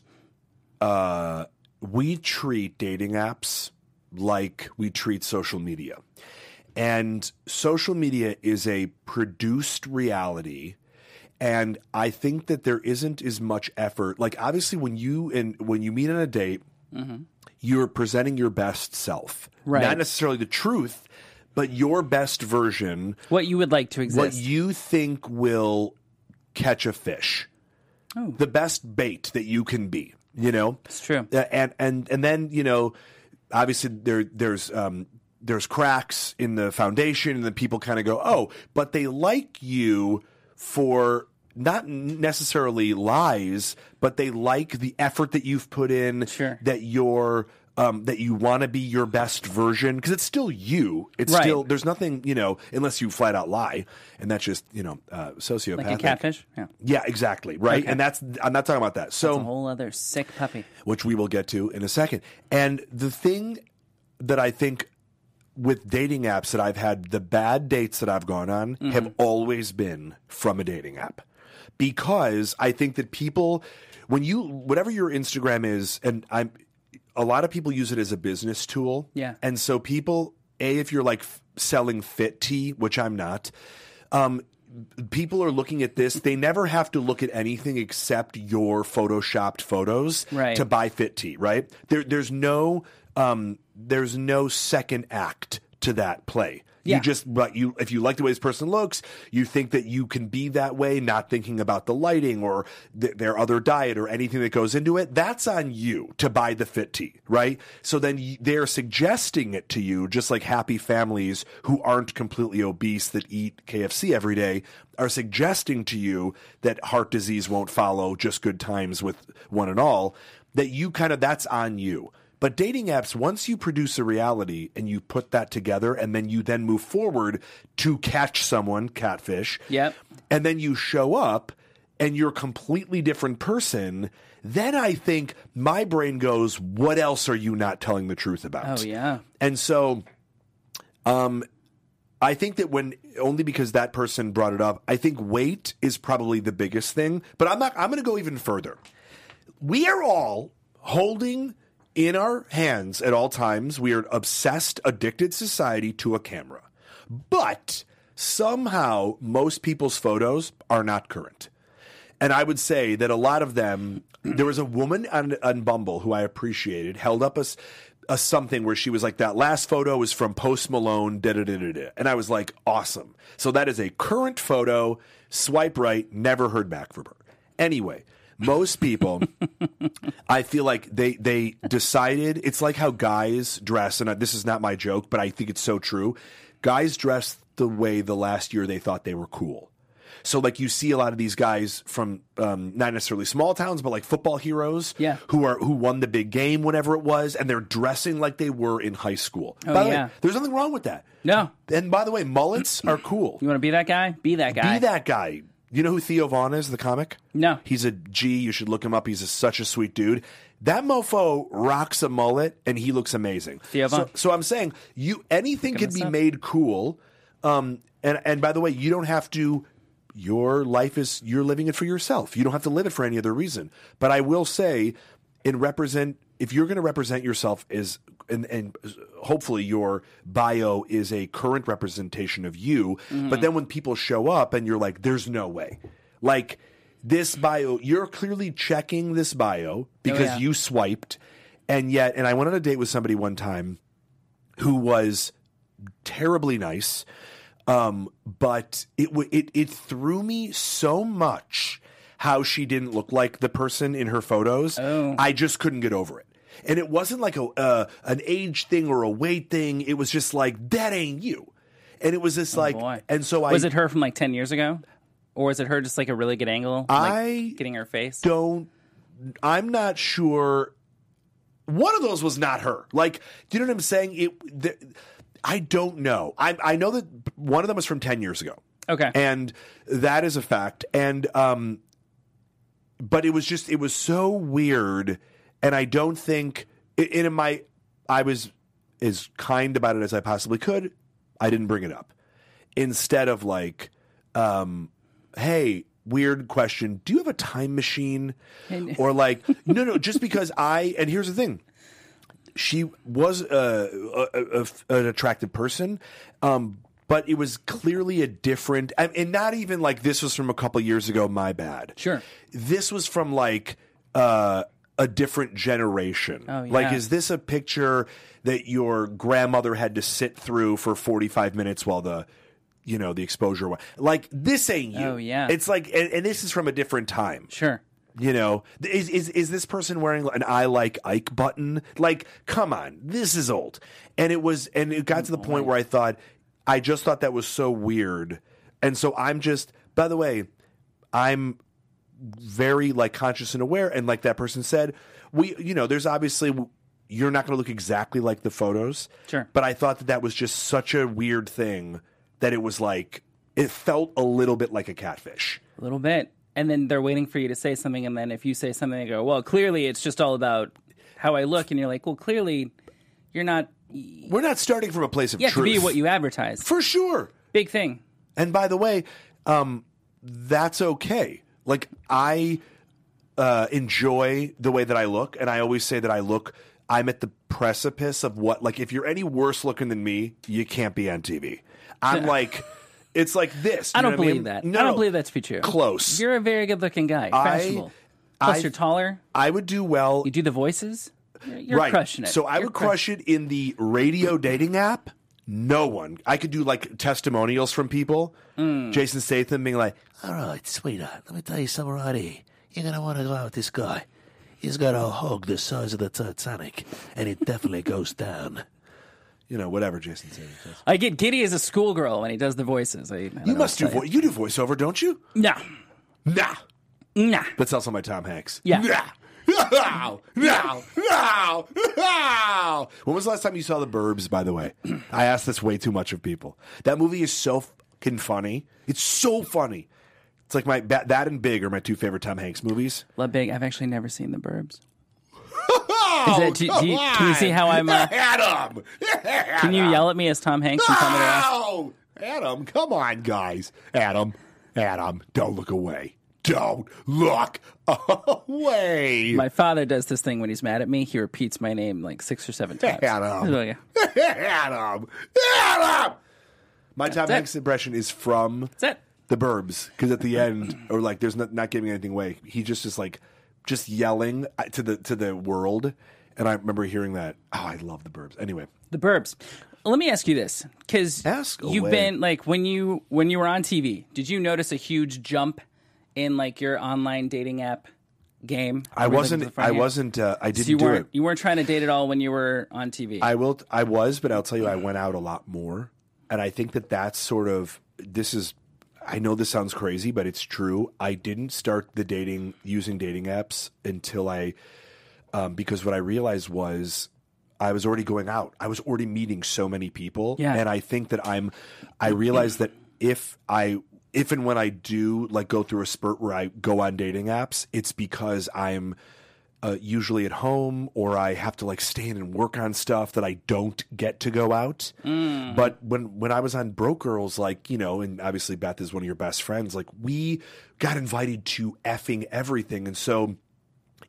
[SPEAKER 4] uh, we treat dating apps like we treat social media, and social media is a produced reality. And I think that there isn't as much effort. Like obviously, when you and when you meet on a date, you're presenting your best self,
[SPEAKER 2] Right.
[SPEAKER 4] not necessarily the truth, but your best version
[SPEAKER 2] what you would like to
[SPEAKER 4] what
[SPEAKER 2] exist.
[SPEAKER 4] you think will catch a fish the best bait that you can be you know
[SPEAKER 2] it's true.
[SPEAKER 4] Uh, and and and then you know obviously there there's um there's cracks in the foundation and then people kind of go oh but they like you for not necessarily lies but they like the effort that you've put in
[SPEAKER 2] Sure.
[SPEAKER 4] that you're um, that you want to be your best version because it's still you. It's
[SPEAKER 2] Right.
[SPEAKER 4] still there's nothing you know unless you flat out lie, and that's just you know uh, sociopathic.
[SPEAKER 2] Like a catfish. Yeah,
[SPEAKER 4] Yeah, exactly. Right,
[SPEAKER 2] Okay.
[SPEAKER 4] and that's I'm not talking about that. So
[SPEAKER 2] a whole other sick puppy.
[SPEAKER 4] which we will get to in a second. And the thing that I think with dating apps that I've had, the bad dates that I've gone on
[SPEAKER 2] Mm-hmm.
[SPEAKER 4] have always been from a dating app. Because I think that people, when you, whatever your Instagram is, and I'm, a lot of people use it as a business tool.
[SPEAKER 2] Yeah.
[SPEAKER 4] And so people, A, if you're like f- selling fit tea, which I'm not, um, people are looking at this. They never have to look at anything except your photoshopped photos
[SPEAKER 2] Right.
[SPEAKER 4] to buy fit tea, right? There, there's no um, there's no second act to that play.
[SPEAKER 2] Yeah.
[SPEAKER 4] You just but you if you like the way this person looks, you think that you can be that way, not thinking about the lighting or th- their other diet or anything that goes into it. That's on you to buy the fit tea, right? So then y- they're suggesting it to you, just like happy families who aren't completely obese that eat KFC every day are suggesting to you that heart disease won't follow, just good times with one and all. That you kind of that's on you. But dating apps, once you produce a reality and you put that together, and then you then move forward to catch someone, catfish,
[SPEAKER 2] Yep.
[SPEAKER 4] and then you show up and you're a completely different person, then I think my brain goes, What else are you not telling the truth
[SPEAKER 2] Oh
[SPEAKER 4] about?
[SPEAKER 2] yeah.
[SPEAKER 4] And so um I think that when only because that person brought it up, I think weight is probably the biggest thing, but I'm not I'm going to go even further. We are all holding in our hands at all times, we are an obsessed addicted society to a camera. But somehow most people's photos are not current. And I would say that a lot of them, there was a woman on, on Bumble who I appreciated, held up a, s- a something where she was like, that last photo is from Post Malone, da da da da da. And I was like, awesome. So that is a current photo, swipe right, never heard back from her. Anyway, most people. I feel like they they decided it's like how guys dress, and I- this is not my joke, but I think it's so true. Guys dress the way the last year they thought they were cool. So like you see a lot of these guys from um, not necessarily small towns, but like football heroes,
[SPEAKER 2] Yeah.
[SPEAKER 4] who are who won the big game whenever it was, and they're dressing like they were in high school.
[SPEAKER 2] Oh,
[SPEAKER 4] By the
[SPEAKER 2] yeah.
[SPEAKER 4] way, there's nothing wrong with that.
[SPEAKER 2] No.
[SPEAKER 4] And by the way, mullets are cool.
[SPEAKER 2] You want to be that guy? Be that guy.
[SPEAKER 4] Be that guy. You know who Theo Vaughn is, the comic?
[SPEAKER 2] No.
[SPEAKER 4] He's a G. You should look him up. He's a, such a sweet dude. That mofo rocks a mullet and he looks amazing.
[SPEAKER 2] Theo Vaughn.
[SPEAKER 4] So, so I'm saying you anything
[SPEAKER 2] Looking
[SPEAKER 4] can
[SPEAKER 2] this
[SPEAKER 4] be
[SPEAKER 2] up.
[SPEAKER 4] made cool. Um, and and by the way, you don't have to. Your life is you're living it for yourself. You don't have to live it for any other reason. But I will say, in represent if you're going to represent yourself as and, and hopefully your bio is a current representation of you.
[SPEAKER 2] Mm-hmm.
[SPEAKER 4] But then when people show up and you're like, there's no way, like this bio, you're clearly checking this bio because
[SPEAKER 2] Oh, yeah.
[SPEAKER 4] you swiped, and yet, and I went on a date with somebody one time who was terribly nice, um, but it w- it it threw me so much how she didn't look like the person in her photos.
[SPEAKER 2] Oh.
[SPEAKER 4] I just couldn't get over it, and it wasn't like a uh, an age thing or a weight thing. It was just like that ain't you, and it was just like,
[SPEAKER 2] Oh, Boy.
[SPEAKER 4] and so I
[SPEAKER 2] was it her from like ten years ago, or was it her just like a really good angle?
[SPEAKER 4] I
[SPEAKER 2] like, getting her face.
[SPEAKER 4] don't I'm not sure one of those was not her. Like, do you know what I'm saying? It the, I don't know. I I know that one of them was from 10 years ago.
[SPEAKER 2] Okay.
[SPEAKER 4] And that is a fact. And um but it was just it was so weird and I don't think and in my I was as kind about it as I possibly could. I didn't bring it up. Instead of like um hey, weird question. Do you have a time machine? Or like, no, no, just because I, and here's the thing. She was uh, a, a, a, an attractive person, um, but it was clearly a different, and and not even like this was from a couple years ago, my bad.
[SPEAKER 2] Sure.
[SPEAKER 4] This was from like uh, a different generation.
[SPEAKER 2] Oh, yeah.
[SPEAKER 4] Like, is this a picture that your grandmother had to sit through for 45 minutes while the you know the exposure wa- like this ain't you
[SPEAKER 2] Oh, yeah.
[SPEAKER 4] it's like and, and this is from a different time
[SPEAKER 2] sure.
[SPEAKER 4] you know is, is is this person wearing an i like ike button like come on this is old and it was and it got to the point where i thought i just thought that was so weird and so i'm just by the way i'm very like conscious and aware and like that person said we you know there's obviously you're not going to look exactly like the photos
[SPEAKER 2] Sure.
[SPEAKER 4] but i thought that that was just such a weird thing that it was like it felt a little bit like a catfish
[SPEAKER 2] A little bit. And then they're waiting for you to say something. And then if you say something, they go, well, clearly it's just all about how I look. And you're like, well, clearly you're not
[SPEAKER 4] We're not starting from a place of
[SPEAKER 2] yeah, to
[SPEAKER 4] truth.
[SPEAKER 2] be what you advertise.
[SPEAKER 4] for sure.
[SPEAKER 2] Big thing.
[SPEAKER 4] And by the way, um, that's okay. Like I uh, enjoy the way that I look, and I always say that I look. I'm at the precipice of what. Like if you're any worse looking than me, you can't be on TV. I'm like, it's like this.
[SPEAKER 2] I
[SPEAKER 4] you know
[SPEAKER 2] don't
[SPEAKER 4] what
[SPEAKER 2] believe
[SPEAKER 4] mean?
[SPEAKER 2] that.
[SPEAKER 4] No,
[SPEAKER 2] I don't believe that's for true.
[SPEAKER 4] Close.
[SPEAKER 2] You're a very good looking guy.
[SPEAKER 4] I-
[SPEAKER 2] Fashionable. Plus,
[SPEAKER 4] I-
[SPEAKER 2] you're taller.
[SPEAKER 4] I would do well.
[SPEAKER 2] You do the voices. You're, you're
[SPEAKER 4] right.
[SPEAKER 2] crushing it.
[SPEAKER 4] So I
[SPEAKER 2] You're
[SPEAKER 4] would
[SPEAKER 2] crushing-
[SPEAKER 4] crush it in the radio dating app. No one. I could do like testimonials from people. Jason Statham being like,
[SPEAKER 6] All right, sweetheart, let me tell you something right here. You're going to want to go out with this guy. He's got a hog the size of the Titanic, and it definitely goes down.
[SPEAKER 4] you know, whatever Jason Statham says.
[SPEAKER 2] I get giddy as a schoolgirl when he does the voices. I, I don't know
[SPEAKER 4] You
[SPEAKER 2] what
[SPEAKER 4] must
[SPEAKER 2] to
[SPEAKER 4] do
[SPEAKER 2] tell
[SPEAKER 4] vo- you do voiceover, don't you?
[SPEAKER 2] you.
[SPEAKER 4] Nah.
[SPEAKER 2] Nah. Nah.
[SPEAKER 4] That's also my Tom Hanks.
[SPEAKER 2] Yeah.
[SPEAKER 4] Nah. No, no, no, no. When was the last time you saw The Burbs, by the way? I ask this way too much of people. That movie is so fucking funny. It's so funny. It's like my that, that and Big are my two favorite Tom Hanks movies.
[SPEAKER 2] Love Big. I've actually never seen The Burbs. Is that- do- do you- can you see how I'm, uh,
[SPEAKER 4] Adam?
[SPEAKER 2] Can you yell at me as Tom Hanks
[SPEAKER 4] Ah!
[SPEAKER 2] and tell me to ask?
[SPEAKER 4] Ow!
[SPEAKER 5] Adam, come on, guys. Adam, Adam, don't look away. Don't look away.
[SPEAKER 2] My father does this thing when he's mad at me. He repeats my name like six or seven times.
[SPEAKER 5] Adam.
[SPEAKER 2] Oh, yeah.
[SPEAKER 5] Adam, Adam.
[SPEAKER 4] My Tom
[SPEAKER 2] it.
[SPEAKER 4] Hanks impression is from
[SPEAKER 2] That's it.
[SPEAKER 4] the Burbs because at the end, or like, there's not, not giving anything away. He just is like, just yelling at- to the to the world. And I remember hearing that. Oh, I love the Burbs. Anyway,
[SPEAKER 2] The Burbs. Let me ask you this, because
[SPEAKER 4] Ask
[SPEAKER 2] you've
[SPEAKER 4] away.
[SPEAKER 2] been like when you when you were on TV, did you notice a huge jump in like your online dating app game?
[SPEAKER 4] I
[SPEAKER 2] Were you looking to
[SPEAKER 4] wasn't.
[SPEAKER 2] the front
[SPEAKER 4] I
[SPEAKER 2] here?
[SPEAKER 4] wasn't. Uh, I
[SPEAKER 2] So you
[SPEAKER 4] didn't do
[SPEAKER 2] weren't
[SPEAKER 4] it.
[SPEAKER 2] you weren't trying to date at all when you were on TV.
[SPEAKER 4] I will. I was, but I'll tell you, I went out a lot more, and I think that that's sort of this is. I know this sounds crazy, but it's true. I didn't start the dating using dating apps until I, um, because what I realized was I was already going out. I was already meeting so many people,
[SPEAKER 2] Yeah.
[SPEAKER 4] and I think that I'm. I realized that if I. If and when I do like go through a spurt where I go on dating apps, it's because I'm uh, usually at home or I have to like stay in and work on stuff that I don't get to go out.
[SPEAKER 2] Mm.
[SPEAKER 4] But when when I was on Broke Girls, like you know, and obviously Beth is one of your best friends, like we got invited to effing everything, and so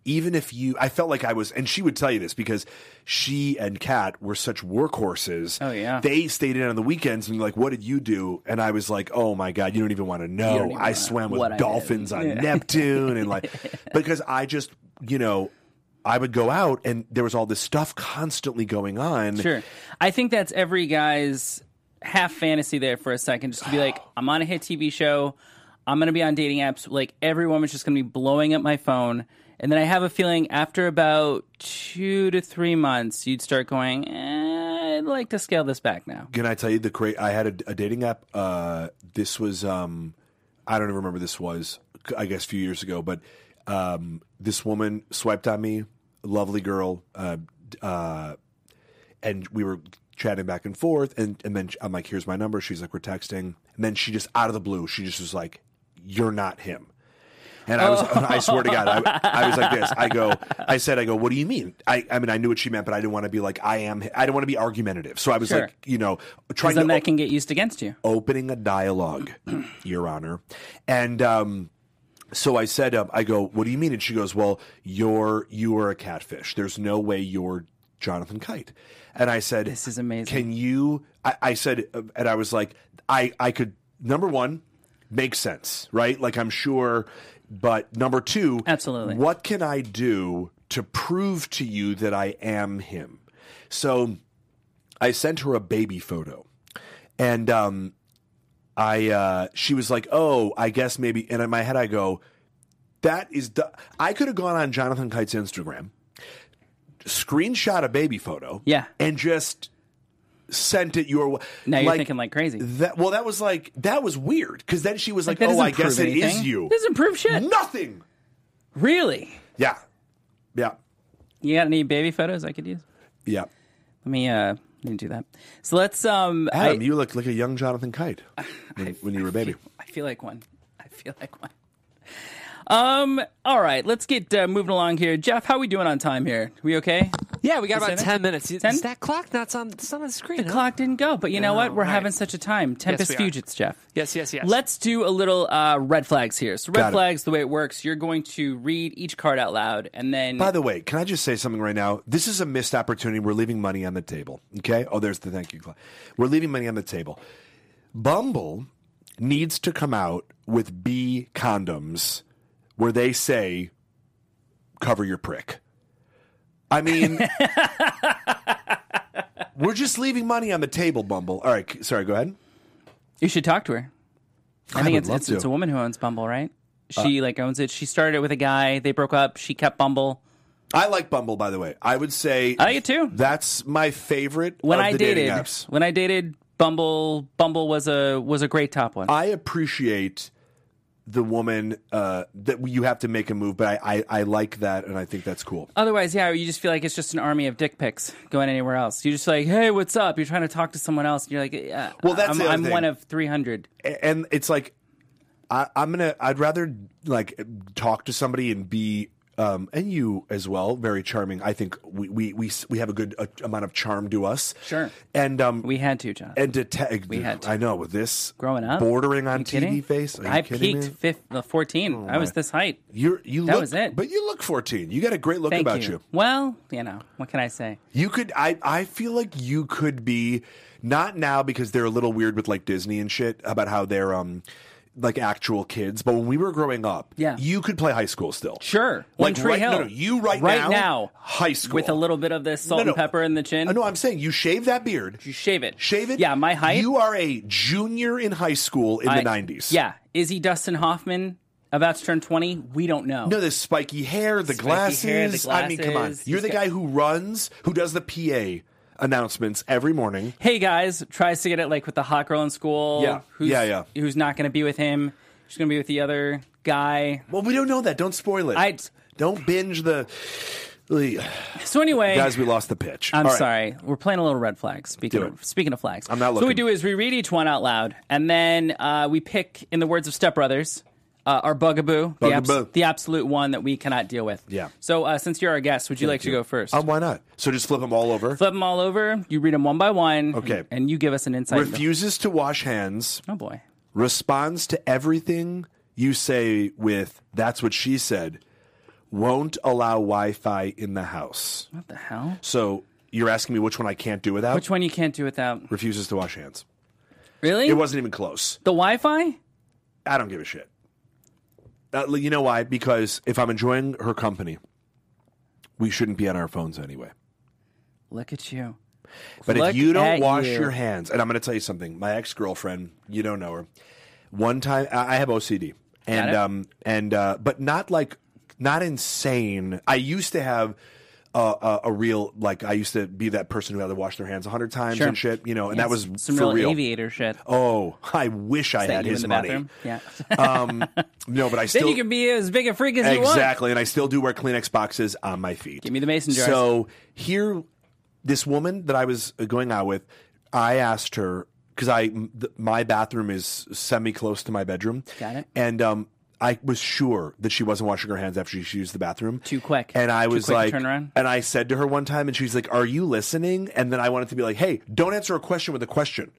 [SPEAKER 4] even if you I felt like I was and she would tell you this because she and Kat were such workhorses.
[SPEAKER 2] Oh, yeah.
[SPEAKER 4] They stayed in on the weekends and like, what did you do? And I was like, Oh my God, you don't even want to
[SPEAKER 2] don't
[SPEAKER 4] know.
[SPEAKER 2] even
[SPEAKER 4] I
[SPEAKER 2] wanna-
[SPEAKER 4] swam
[SPEAKER 2] what I
[SPEAKER 4] with
[SPEAKER 2] did."
[SPEAKER 4] dolphins on Neptune and like because I just you know, I would go out and there was all this stuff constantly going on.
[SPEAKER 2] Sure. I think that's every guy's half fantasy there for a second, just to be like, I'm on a hit TV show, I'm gonna be on dating apps. Like every woman's just gonna be blowing up my phone, and then I have a feeling after about two to three months, you'd start going, eh, I'd like to scale this back now.
[SPEAKER 4] Can I tell you the great? I had a, a dating app. Uh, this was um, I don't even remember this was. I guess a few years ago, but um, this woman swiped on me, lovely girl, uh, d- uh, and we were chatting back and forth, and and then I'm like, "Here's my number." She's like, "We're texting," and then she just out of the blue, she just was like, "You're not him." And I was,
[SPEAKER 2] Oh.
[SPEAKER 4] I swear to God, I, I was like this. I go, I said, I go, what do you mean? I, I mean, I knew what she meant, but I didn't want to be like, I am, I didn't want to be argumentative. So I was
[SPEAKER 2] Sure.
[SPEAKER 4] like, you know,
[SPEAKER 2] Because
[SPEAKER 4] trying to
[SPEAKER 2] then
[SPEAKER 4] o-
[SPEAKER 2] that can get used against you.
[SPEAKER 4] opening a dialogue, Your Honor. And, um, so I said, um, I go, what do you mean? And she goes, well, you're, you are a catfish. There's no way you're Jonathan Kite. And I said,
[SPEAKER 2] This is amazing.
[SPEAKER 4] Can you, I, I said, uh, and I was like, I, I could, number one, makes sense, right? Like I'm sure, but number two,
[SPEAKER 2] Absolutely.
[SPEAKER 4] what can I do to prove to you that I am him? So I sent her a baby photo and, um, I uh, she was like, "Oh, I guess maybe." And in my head, I go, "That is." The- I could have gone on Jonathan Kite's Instagram, screenshot a baby photo,
[SPEAKER 2] Yeah.
[SPEAKER 4] and just sent it your way.
[SPEAKER 2] Now you're thinking like crazy.
[SPEAKER 4] that. Well, that was like that was weird because then she was like,
[SPEAKER 2] that
[SPEAKER 4] "Oh,
[SPEAKER 2] doesn't
[SPEAKER 4] I guess
[SPEAKER 2] prove
[SPEAKER 4] it is
[SPEAKER 2] anything.
[SPEAKER 4] you." Mm-hmm.
[SPEAKER 2] Doesn't prove shit.
[SPEAKER 4] Nothing.
[SPEAKER 2] Really?
[SPEAKER 4] Yeah, yeah,
[SPEAKER 2] You got any baby photos I could use?
[SPEAKER 4] yeah.
[SPEAKER 2] Let me uh let me do that. So let's um I-
[SPEAKER 4] Adam, you look like a young Jonathan Kite when, when you were a baby.
[SPEAKER 2] I feel like one. I feel like one. Um. All right. Let's get uh, moving along here. Jeff, how we doing on time here? We okay?
[SPEAKER 3] Yeah, we got
[SPEAKER 2] You say
[SPEAKER 3] about
[SPEAKER 2] that?
[SPEAKER 3] ten minutes. Is-
[SPEAKER 2] 10?
[SPEAKER 3] Is that clock not on? It's not on the screen. huh?
[SPEAKER 2] Clock didn't go, but you know
[SPEAKER 3] No,
[SPEAKER 2] what? We're
[SPEAKER 3] right.
[SPEAKER 2] having such a time. Tempest
[SPEAKER 3] we are.
[SPEAKER 2] Fugits, Jeff.
[SPEAKER 3] Yes, yes, yes.
[SPEAKER 2] Let's do a little uh, red flags here. So, red
[SPEAKER 4] Got it.
[SPEAKER 2] flags, the way it works, you're going to read each card out loud, and then
[SPEAKER 4] By the way, can I just say something right now? This is a missed opportunity. We're leaving money on the table. Okay. Oh, there's the thank you. Cla- We're leaving money on the table. Bumble needs to come out with B condoms where they say, cover your prick. I mean, we're just leaving money on the table, Bumble. All right. c- Sorry, go ahead.
[SPEAKER 2] you should talk to her. I, think
[SPEAKER 4] would
[SPEAKER 2] it's
[SPEAKER 4] love
[SPEAKER 2] it's,
[SPEAKER 4] to. Uh,
[SPEAKER 2] it's a woman who owns Bumble, right? She like owns it. She started it with a guy. They broke up. She kept Bumble.
[SPEAKER 4] I like Bumble, by the way. I would say
[SPEAKER 2] I like it too.
[SPEAKER 4] That's my favorite
[SPEAKER 2] When
[SPEAKER 4] of
[SPEAKER 2] I
[SPEAKER 4] the dating
[SPEAKER 2] dated,
[SPEAKER 4] apps.
[SPEAKER 2] when I dated Bumble, Bumble was a was a great top one.
[SPEAKER 4] I appreciate the woman uh, that you have to make a move, but I, I, I like that and I think that's cool.
[SPEAKER 2] Otherwise, yeah, you just feel like it's just an army of dick pics going anywhere else. You're just like, hey, what's up? You're trying to talk to someone else, and you're like, yeah,
[SPEAKER 4] Well, that's
[SPEAKER 2] I'm,
[SPEAKER 4] the other
[SPEAKER 2] I'm
[SPEAKER 4] thing.
[SPEAKER 2] one of 300.
[SPEAKER 4] A- And it's like I, I'm gonna I'd rather like talk to somebody and be um, and you as well, very charming. I think we we we, s- we have a good uh, amount of charm to us.
[SPEAKER 2] Sure.
[SPEAKER 4] And um
[SPEAKER 2] We had to, John.
[SPEAKER 4] and to te- we
[SPEAKER 2] had to.
[SPEAKER 4] I know with this
[SPEAKER 2] Growing up,
[SPEAKER 4] bordering
[SPEAKER 2] Are
[SPEAKER 4] on
[SPEAKER 2] you
[SPEAKER 4] TV
[SPEAKER 2] kidding?
[SPEAKER 4] face. Are you
[SPEAKER 2] I
[SPEAKER 4] kidding
[SPEAKER 2] peaked
[SPEAKER 4] me? Oh
[SPEAKER 2] fif- uh, 14. I was this height.
[SPEAKER 4] You're, you
[SPEAKER 2] That
[SPEAKER 4] look,
[SPEAKER 2] was it.
[SPEAKER 4] but you look 14. You got a great look
[SPEAKER 2] Thank
[SPEAKER 4] about
[SPEAKER 2] you.
[SPEAKER 4] you.
[SPEAKER 2] Well, you know, what can I say?
[SPEAKER 4] You could I I feel like you could be not now because they're a little weird with like Disney and shit about how they're um like actual kids, but when we were growing up,
[SPEAKER 2] Yeah.
[SPEAKER 4] you could play high school still.
[SPEAKER 2] Sure. One
[SPEAKER 4] Like
[SPEAKER 2] Tree
[SPEAKER 4] right,
[SPEAKER 2] Hill.
[SPEAKER 4] No, no, you right, now, high school
[SPEAKER 2] With a little bit of this salt
[SPEAKER 4] No, no.
[SPEAKER 2] and pepper in the chin.
[SPEAKER 4] I know I'm saying you shave that beard,
[SPEAKER 2] You shave it.
[SPEAKER 4] shave it.
[SPEAKER 2] Yeah, my height.
[SPEAKER 4] You are a junior in high school in
[SPEAKER 2] I-
[SPEAKER 4] the 90s.
[SPEAKER 2] Yeah. Is he Dustin Hoffman about to turn 20? We don't know.
[SPEAKER 4] No, the spiky hair, the, glasses.
[SPEAKER 2] Spiky hair, the
[SPEAKER 4] I mean, come on.
[SPEAKER 2] glasses.
[SPEAKER 4] You're the guy who runs, who does the PA announcements every morning.
[SPEAKER 2] hey guys tries to get it like with the hot girl in school
[SPEAKER 4] Yeah.
[SPEAKER 2] who's,
[SPEAKER 4] Yeah, yeah.
[SPEAKER 2] who's not going to be with him she's going to be with the other guy
[SPEAKER 4] Well, we don't know that. Don't spoil it.
[SPEAKER 2] I-
[SPEAKER 4] don't binge the.
[SPEAKER 2] so anyway
[SPEAKER 4] Guys, we lost the pitch.
[SPEAKER 2] i'm
[SPEAKER 4] All right.
[SPEAKER 2] sorry we're playing a little red flag speaking
[SPEAKER 4] Do
[SPEAKER 2] of,
[SPEAKER 4] it.
[SPEAKER 2] speaking of flags
[SPEAKER 4] I'm not
[SPEAKER 2] so what we
[SPEAKER 4] looking.
[SPEAKER 2] do is we read each one out loud and then uh, we pick in the words of stepbrothers uh, our bugaboo, The,
[SPEAKER 4] Bugaboo.
[SPEAKER 2] the absolute one that we cannot deal with
[SPEAKER 4] Yeah.
[SPEAKER 2] so uh, since you're our guest would you like to go first
[SPEAKER 4] Um, why not? So just flip them all over.
[SPEAKER 2] flip them all over you read them one by one
[SPEAKER 4] Okay.
[SPEAKER 2] and, and you give us an insight into-
[SPEAKER 4] Refuses to wash hands.
[SPEAKER 2] oh boy
[SPEAKER 4] Responds to everything you say with "That's what she said." Won't allow Wi-Fi in the house.
[SPEAKER 2] what the hell
[SPEAKER 4] So you're asking me which one I can't do without?
[SPEAKER 2] which one you can't do without
[SPEAKER 4] Refuses to wash hands.
[SPEAKER 2] really
[SPEAKER 4] It wasn't even close.
[SPEAKER 2] the wi-fi
[SPEAKER 4] I don't give a shit. Uh, you know why? Because if I'm enjoying her company, we shouldn't be on our phones anyway.
[SPEAKER 2] Look at you.
[SPEAKER 4] But
[SPEAKER 2] Look
[SPEAKER 4] if you
[SPEAKER 2] at
[SPEAKER 4] don't wash
[SPEAKER 2] you.
[SPEAKER 4] your hands, and I'm going to tell you something, my ex girlfriend, you don't know her. One time, I I have OCD,
[SPEAKER 2] Got it.
[SPEAKER 4] and um, and uh, but not like not insane. I used to have. Uh, a, a real like I used to be that person who had to wash their hands a hundred times
[SPEAKER 2] Sure.
[SPEAKER 4] and shit, you know, and that was
[SPEAKER 2] some
[SPEAKER 4] for
[SPEAKER 2] real,
[SPEAKER 4] real.
[SPEAKER 2] aviator shit.
[SPEAKER 4] Oh, I wish I
[SPEAKER 2] Is that
[SPEAKER 4] had
[SPEAKER 2] you
[SPEAKER 4] his
[SPEAKER 2] in the
[SPEAKER 4] money. Uh,
[SPEAKER 2] bathroom? Yeah.
[SPEAKER 4] Um, no, but I still
[SPEAKER 2] then you can be as big a freak as you want.
[SPEAKER 4] Exactly. And I still do wear Kleenex boxes on my feet.
[SPEAKER 2] Give me the mason jars.
[SPEAKER 4] So here, this woman that I was uh, going out with, I asked her because I m- th- my bathroom is semi close to my bedroom.
[SPEAKER 2] Got it.
[SPEAKER 4] And um, I was sure that she wasn't washing her hands after she used the bathroom.
[SPEAKER 2] Too quick.
[SPEAKER 4] And I
[SPEAKER 2] Too
[SPEAKER 4] was
[SPEAKER 2] quick to
[SPEAKER 4] like,
[SPEAKER 2] turn around.
[SPEAKER 4] and I said to her one time, and she's like, "Are you listening?" And then I wanted to be like, "Hey, don't answer a question with a question."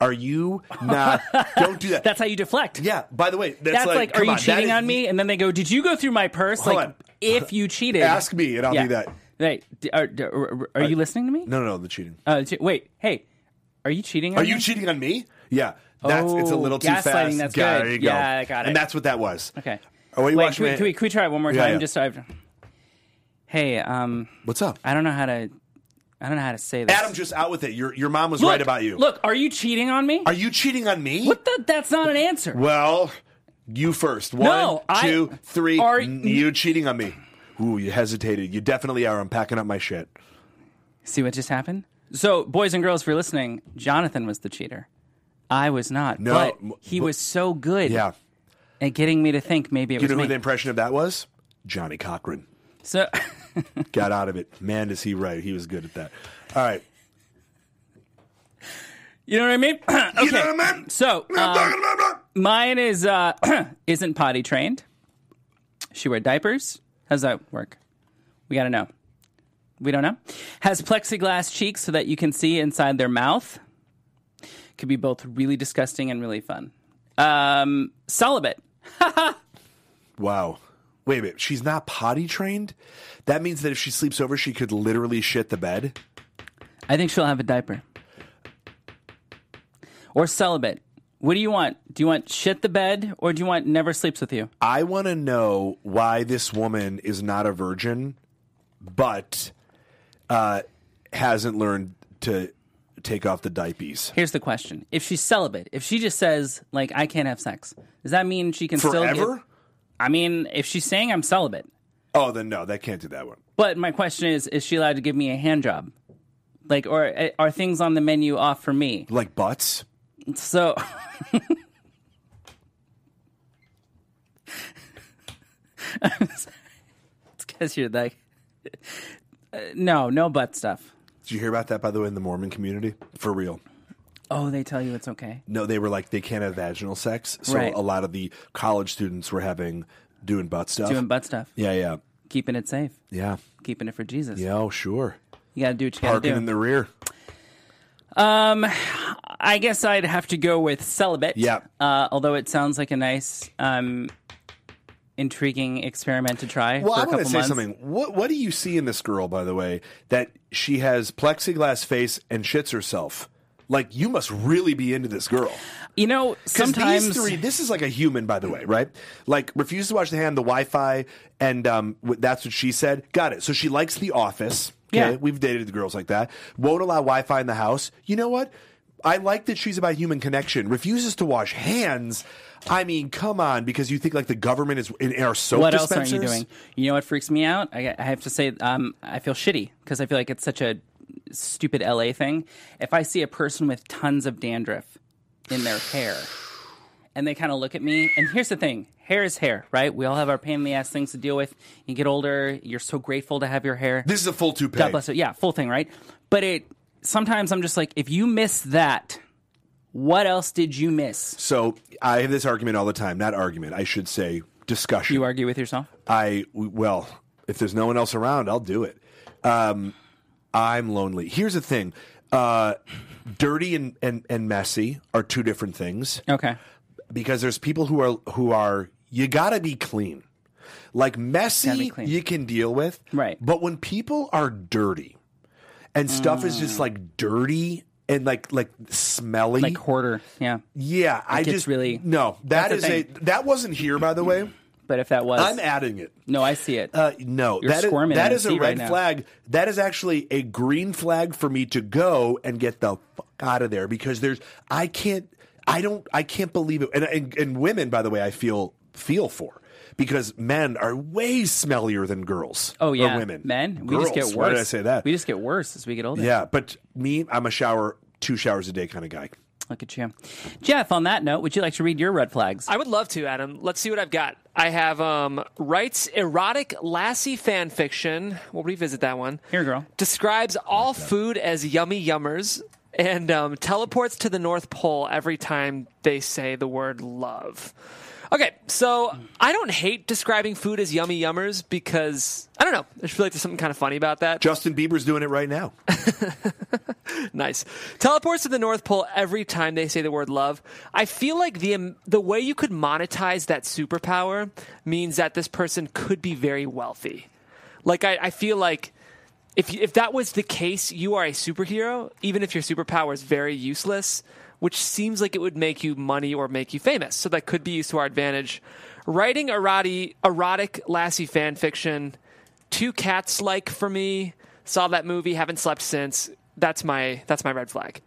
[SPEAKER 4] Are you not? don't do that.
[SPEAKER 2] That's how you deflect.
[SPEAKER 4] yeah. By the way, that's,
[SPEAKER 2] That's,
[SPEAKER 4] like,
[SPEAKER 2] like, are
[SPEAKER 4] come
[SPEAKER 2] you
[SPEAKER 4] on, that
[SPEAKER 2] cheating
[SPEAKER 4] is-
[SPEAKER 2] on me? And then they go, did you go through my purse?
[SPEAKER 4] Hold
[SPEAKER 2] like,
[SPEAKER 4] on.
[SPEAKER 2] if you cheated,
[SPEAKER 4] Ask me, and I'll
[SPEAKER 2] yeah.
[SPEAKER 4] do that. Uh,
[SPEAKER 2] Right. D- Are, d- are, are you listening to me?
[SPEAKER 4] No, no, no, the cheating.
[SPEAKER 2] Uh, che- wait. Hey, are you cheating? On
[SPEAKER 4] Are you
[SPEAKER 2] me?
[SPEAKER 4] cheating on me? Yeah, that's it's a
[SPEAKER 2] Oh,
[SPEAKER 4] little too
[SPEAKER 2] gaslighting,
[SPEAKER 4] fast.
[SPEAKER 2] that's
[SPEAKER 4] Got-
[SPEAKER 2] good.
[SPEAKER 4] There you go.
[SPEAKER 2] Yeah, I got it.
[SPEAKER 4] And that's what that was. Oh,
[SPEAKER 2] Okay.
[SPEAKER 4] Are we
[SPEAKER 2] wait,
[SPEAKER 4] watching
[SPEAKER 2] can we,
[SPEAKER 4] it?
[SPEAKER 2] can, we, can we try it one more
[SPEAKER 4] Yeah,
[SPEAKER 2] time?
[SPEAKER 4] yeah.
[SPEAKER 2] Just so I've... hey, um,
[SPEAKER 4] What's up?
[SPEAKER 2] I don't know how to, I don't know how to say this.
[SPEAKER 4] Adam just out with it. Your your mom was
[SPEAKER 2] look,
[SPEAKER 4] right about you.
[SPEAKER 2] Look, are you cheating on me?
[SPEAKER 4] are you cheating on me?
[SPEAKER 2] What the? That's not an answer.
[SPEAKER 4] Well, you first. One,
[SPEAKER 2] No, I-
[SPEAKER 4] two, three.
[SPEAKER 2] Are-
[SPEAKER 4] N- you cheating on me? Ooh, you hesitated. You definitely are. I'm packing up my shit.
[SPEAKER 2] See what just happened? So, boys and girls, if you're listening, Jonathan was the cheater. I was not.
[SPEAKER 4] No,
[SPEAKER 2] but
[SPEAKER 4] m-
[SPEAKER 2] he
[SPEAKER 4] but-
[SPEAKER 2] was so good
[SPEAKER 4] Yeah.
[SPEAKER 2] at getting me to think maybe it
[SPEAKER 4] You
[SPEAKER 2] was
[SPEAKER 4] know
[SPEAKER 2] me.
[SPEAKER 4] who the impression of that was? Johnny Cochran.
[SPEAKER 2] so,
[SPEAKER 4] Got out of it. Man, is he right? He was good at that. All right.
[SPEAKER 2] you know what I mean? okay.
[SPEAKER 4] You know what I mean?
[SPEAKER 2] So,
[SPEAKER 4] I'm
[SPEAKER 2] um,
[SPEAKER 4] talking about that.
[SPEAKER 2] mine is uh, isn't potty trained. She wear diapers. How does that work? We got to know. We don't know. Has plexiglass cheeks so that you can see inside their mouth. Could be both really disgusting and really fun. Um, celibate.
[SPEAKER 4] Wow. Wait a minute. She's not potty trained? That means that if she sleeps over, she could literally shit the bed?
[SPEAKER 2] I think she'll have a diaper. Or celibate. What do you want? Do you want shit the bed or do you want never sleeps with you?
[SPEAKER 4] I want to know why this woman is not a virgin, but uh, hasn't learned to take off the diapies.
[SPEAKER 2] Here's the question. If she's celibate, if she just says, like, I can't have sex, does that mean she can still.
[SPEAKER 4] Forever?
[SPEAKER 2] Get, I mean, if she's saying I'm celibate,
[SPEAKER 4] Oh, then no, that can't do that one.
[SPEAKER 2] but my question is, is she allowed to give me a hand job? Like, or uh, are things on the menu off for me?
[SPEAKER 4] Like butts?
[SPEAKER 2] So. I'm sorry. it's because you're like. Uh, no, no butt stuff.
[SPEAKER 4] Did you hear about that, by the way, in the Mormon community? For real.
[SPEAKER 2] Oh, they tell you it's okay.
[SPEAKER 4] No, they were like, they can't have vaginal sex. So
[SPEAKER 2] Right.
[SPEAKER 4] a lot of the college students were having, doing butt stuff.
[SPEAKER 2] Doing butt stuff,
[SPEAKER 4] Yeah, yeah.
[SPEAKER 2] keeping it safe,
[SPEAKER 4] Yeah.
[SPEAKER 2] keeping it for Jesus.
[SPEAKER 4] Yeah, oh, sure.
[SPEAKER 2] You gotta do what you gotta
[SPEAKER 4] Parking
[SPEAKER 2] do.
[SPEAKER 4] in the rear.
[SPEAKER 2] I guess I'd have to go with celibate.
[SPEAKER 4] Yeah.
[SPEAKER 2] Uh, although it sounds like a nice, um, intriguing experiment to try.
[SPEAKER 4] Well,
[SPEAKER 2] for
[SPEAKER 4] I
[SPEAKER 2] a
[SPEAKER 4] want
[SPEAKER 2] couple
[SPEAKER 4] to say
[SPEAKER 2] months.
[SPEAKER 4] something. What What do you see in this girl, by the way, that she has plexiglass face and shits herself? Like you must really be into this girl.
[SPEAKER 2] You know,
[SPEAKER 4] 'Cause
[SPEAKER 2] sometimes
[SPEAKER 4] these three, this is like a human, by the way, right? Like refuse to watch the hand, the Wi-Fi, and um, wh- that's what she said. Got it. So she likes The Office. Okay?
[SPEAKER 2] Yeah.
[SPEAKER 4] we've dated the girls like that. Won't allow Wi-Fi in the house. You know what? I like that she's about human connection. Refuses to wash hands. I mean, come on, because you think like the government is in, in our soap
[SPEAKER 2] what else
[SPEAKER 4] dispensers.
[SPEAKER 2] aren't you doing? You know what freaks me out? I, I have to say, um, I feel shitty because I feel like it's such a stupid LA thing. If I see a person with tons of dandruff in their hair and they kind of look at me, and here's the thing hair is hair, right? We all have our pain in the ass things to deal with. You get older, you're so grateful to have your hair.
[SPEAKER 4] This is a full toupee.
[SPEAKER 2] God bless it. Yeah, full thing, right? But it sometimes I'm just like, if you miss that, what else did you miss?
[SPEAKER 4] So I have this argument all the time. Not argument, I should say discussion.
[SPEAKER 2] You argue with yourself.
[SPEAKER 4] I well, if there's no one else around, I'll do it. Um, I'm lonely. Here's the thing: uh, dirty and, and and messy are two different things
[SPEAKER 2] Okay.
[SPEAKER 4] because there's people who are who are you gotta be clean. Like
[SPEAKER 2] Gotta
[SPEAKER 4] messy,
[SPEAKER 2] be clean.
[SPEAKER 4] you can deal with,
[SPEAKER 2] Right.
[SPEAKER 4] But when people are dirty, and stuff is just like dirty and like like smelly,
[SPEAKER 2] Mm. Like hoarder. Yeah.
[SPEAKER 4] yeah, I
[SPEAKER 2] gets
[SPEAKER 4] just
[SPEAKER 2] really-
[SPEAKER 4] no. That
[SPEAKER 2] That's
[SPEAKER 4] is
[SPEAKER 2] the
[SPEAKER 4] a that wasn't here, by the way.
[SPEAKER 2] But if that was
[SPEAKER 4] I'm adding it.
[SPEAKER 2] No, I see it.
[SPEAKER 4] Uh, no,
[SPEAKER 2] You're
[SPEAKER 4] that is,
[SPEAKER 2] squirming in
[SPEAKER 4] that
[SPEAKER 2] the
[SPEAKER 4] is a
[SPEAKER 2] seat
[SPEAKER 4] red
[SPEAKER 2] right now.
[SPEAKER 4] flag. That is actually a green flag for me to go and get the fuck out of there because there's I can't I don't I can't believe it. And and, and women, by the way, I feel feel for because men are way smellier than girls.
[SPEAKER 2] oh
[SPEAKER 4] or
[SPEAKER 2] yeah,
[SPEAKER 4] women,
[SPEAKER 2] men. We just
[SPEAKER 4] Girls,
[SPEAKER 2] get worse.
[SPEAKER 4] Why did I say that?
[SPEAKER 2] We just get worse as we get older.
[SPEAKER 4] yeah, but me, I'm a shower two showers a day kind of guy.
[SPEAKER 2] Look at you, Jeff. On that note, would you like to read your red flags?
[SPEAKER 3] I would love to, Adam. Let's see what I've got. I have um, writes erotic lassie fan fiction. We'll revisit that one.
[SPEAKER 2] Here, girl.
[SPEAKER 3] Describes all food as yummy yummers and um, teleports to the North Pole every time they say the word love. Okay, so I don't hate describing food as yummy yummers because I don't know. I just feel like there's something kind of funny about that.
[SPEAKER 4] Justin Bieber's doing it right now.
[SPEAKER 3] Nice. Teleports to the North Pole every time they say the word love. I feel like the um, the way you could monetize that superpower means that this person could be very wealthy. Like I, I feel like if you- if that was the case, you are a superhero, even if your superpower is very useless, which seems like it would make you money or make you famous. So that could be used to our advantage. Writing erotic, erotic Lassie fan fiction, two cats like for me. Saw that movie, haven't slept since. That's my that's my red flag.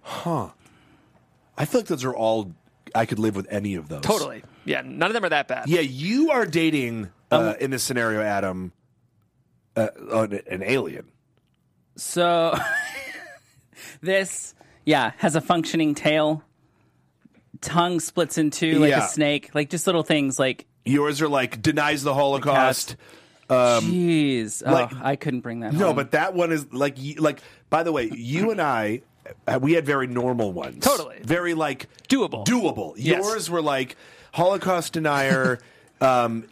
[SPEAKER 4] I feel like those are all. I could live with any of those.
[SPEAKER 3] Totally. Yeah, none of them are that bad.
[SPEAKER 4] Yeah, you are dating uh, in this scenario, Adam, uh, an, an alien.
[SPEAKER 2] So this, yeah, has a functioning tail. Tongue splits in two like
[SPEAKER 4] Yeah.
[SPEAKER 2] a snake. Like just little things. Like
[SPEAKER 4] Yours are like denies the Holocaust.
[SPEAKER 2] jeez, oh,
[SPEAKER 4] Um, like-
[SPEAKER 2] I couldn't bring that.
[SPEAKER 4] No,
[SPEAKER 2] home.
[SPEAKER 4] but that one is like y- like. By the way, you and I, uh, we had very normal ones.
[SPEAKER 3] Totally.
[SPEAKER 4] very like
[SPEAKER 3] Doable.
[SPEAKER 4] Doable.
[SPEAKER 3] Yes.
[SPEAKER 4] Yours were like Holocaust denier, um,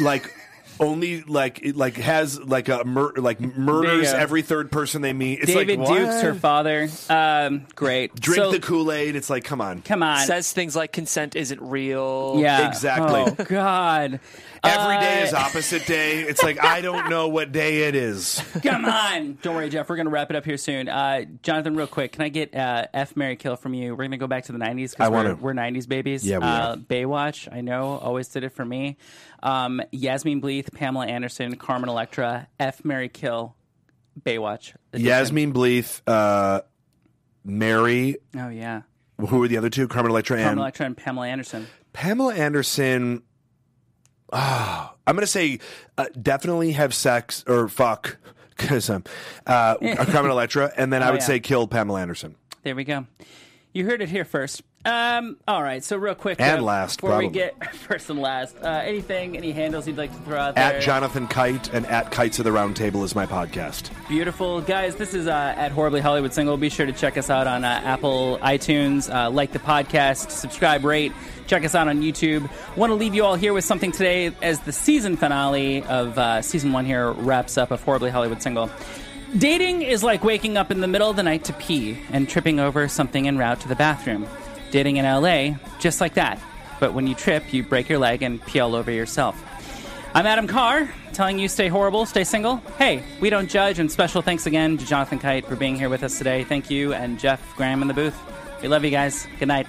[SPEAKER 4] like only like it, like has like a mur- like murders
[SPEAKER 2] There you go.
[SPEAKER 4] every third person they meet. It's
[SPEAKER 2] David
[SPEAKER 4] like,
[SPEAKER 2] Duke's
[SPEAKER 4] what?
[SPEAKER 2] her father. Um, great.
[SPEAKER 4] Drink
[SPEAKER 2] So-
[SPEAKER 4] the Kool Aid. It's like, come on.
[SPEAKER 2] Come on.
[SPEAKER 3] Says things like consent isn't real.
[SPEAKER 2] yeah.
[SPEAKER 4] Exactly.
[SPEAKER 2] Oh God.
[SPEAKER 4] Every day
[SPEAKER 2] Uh,
[SPEAKER 4] is opposite day. It's like I don't know what day it is.
[SPEAKER 2] Come on. Don't worry, Jeff. We're going to wrap it up here soon. Uh, Jonathan, real quick, can I get uh, F Mary Kill from you? We're going to go back to the 90s because
[SPEAKER 4] I
[SPEAKER 2] we're,
[SPEAKER 4] wanna.
[SPEAKER 2] we're 90s babies.
[SPEAKER 4] Yeah, we
[SPEAKER 2] uh,
[SPEAKER 4] are.
[SPEAKER 2] Baywatch, I know, always did it for me. Um, Yasmin Bleeth, Pamela Anderson, Carmen Electra, F Mary Kill, Baywatch. edition.
[SPEAKER 4] Yasmin Bleeth, uh, Mary.
[SPEAKER 2] Oh, yeah.
[SPEAKER 4] Who were the other two? Carmen Electra
[SPEAKER 2] Carmen
[SPEAKER 4] and
[SPEAKER 2] Electra and Pamela Anderson.
[SPEAKER 4] Pamela Anderson. Ah, I'm gonna say uh, definitely have sex or fuck because um, uh, Carmen Electra, and then I would
[SPEAKER 2] Oh, yeah.
[SPEAKER 4] say kill Pamela Anderson.
[SPEAKER 2] There we go. You heard it here first. Um, all right, so real quick
[SPEAKER 4] And
[SPEAKER 2] uh,
[SPEAKER 4] last,
[SPEAKER 2] before we
[SPEAKER 4] probably.
[SPEAKER 2] get first and last, uh, anything, any handles you'd like to throw out there?
[SPEAKER 4] At Jonathan Kite and at Kites of the Round Table is my podcast.
[SPEAKER 2] Beautiful guys, this is uh, at Horribly Hollywood Single. Be sure to check us out on uh, Apple, iTunes, uh, like the podcast, subscribe, rate, check us out on YouTube. Want to leave you all here with something today as the season finale of uh, season one here wraps up of Horribly Hollywood Single. Dating is like waking up in the middle of the night to pee and tripping over something en route to the bathroom. Dating in LA, just like that. But when you trip, you break your leg and pee all over yourself. I'm Adam Carr, telling you stay horrible, stay single. Hey, we don't judge, and special thanks again to Jonathan Kite for being here with us today. Thank you, and Jeff Graham in the booth. We love you guys. Good night.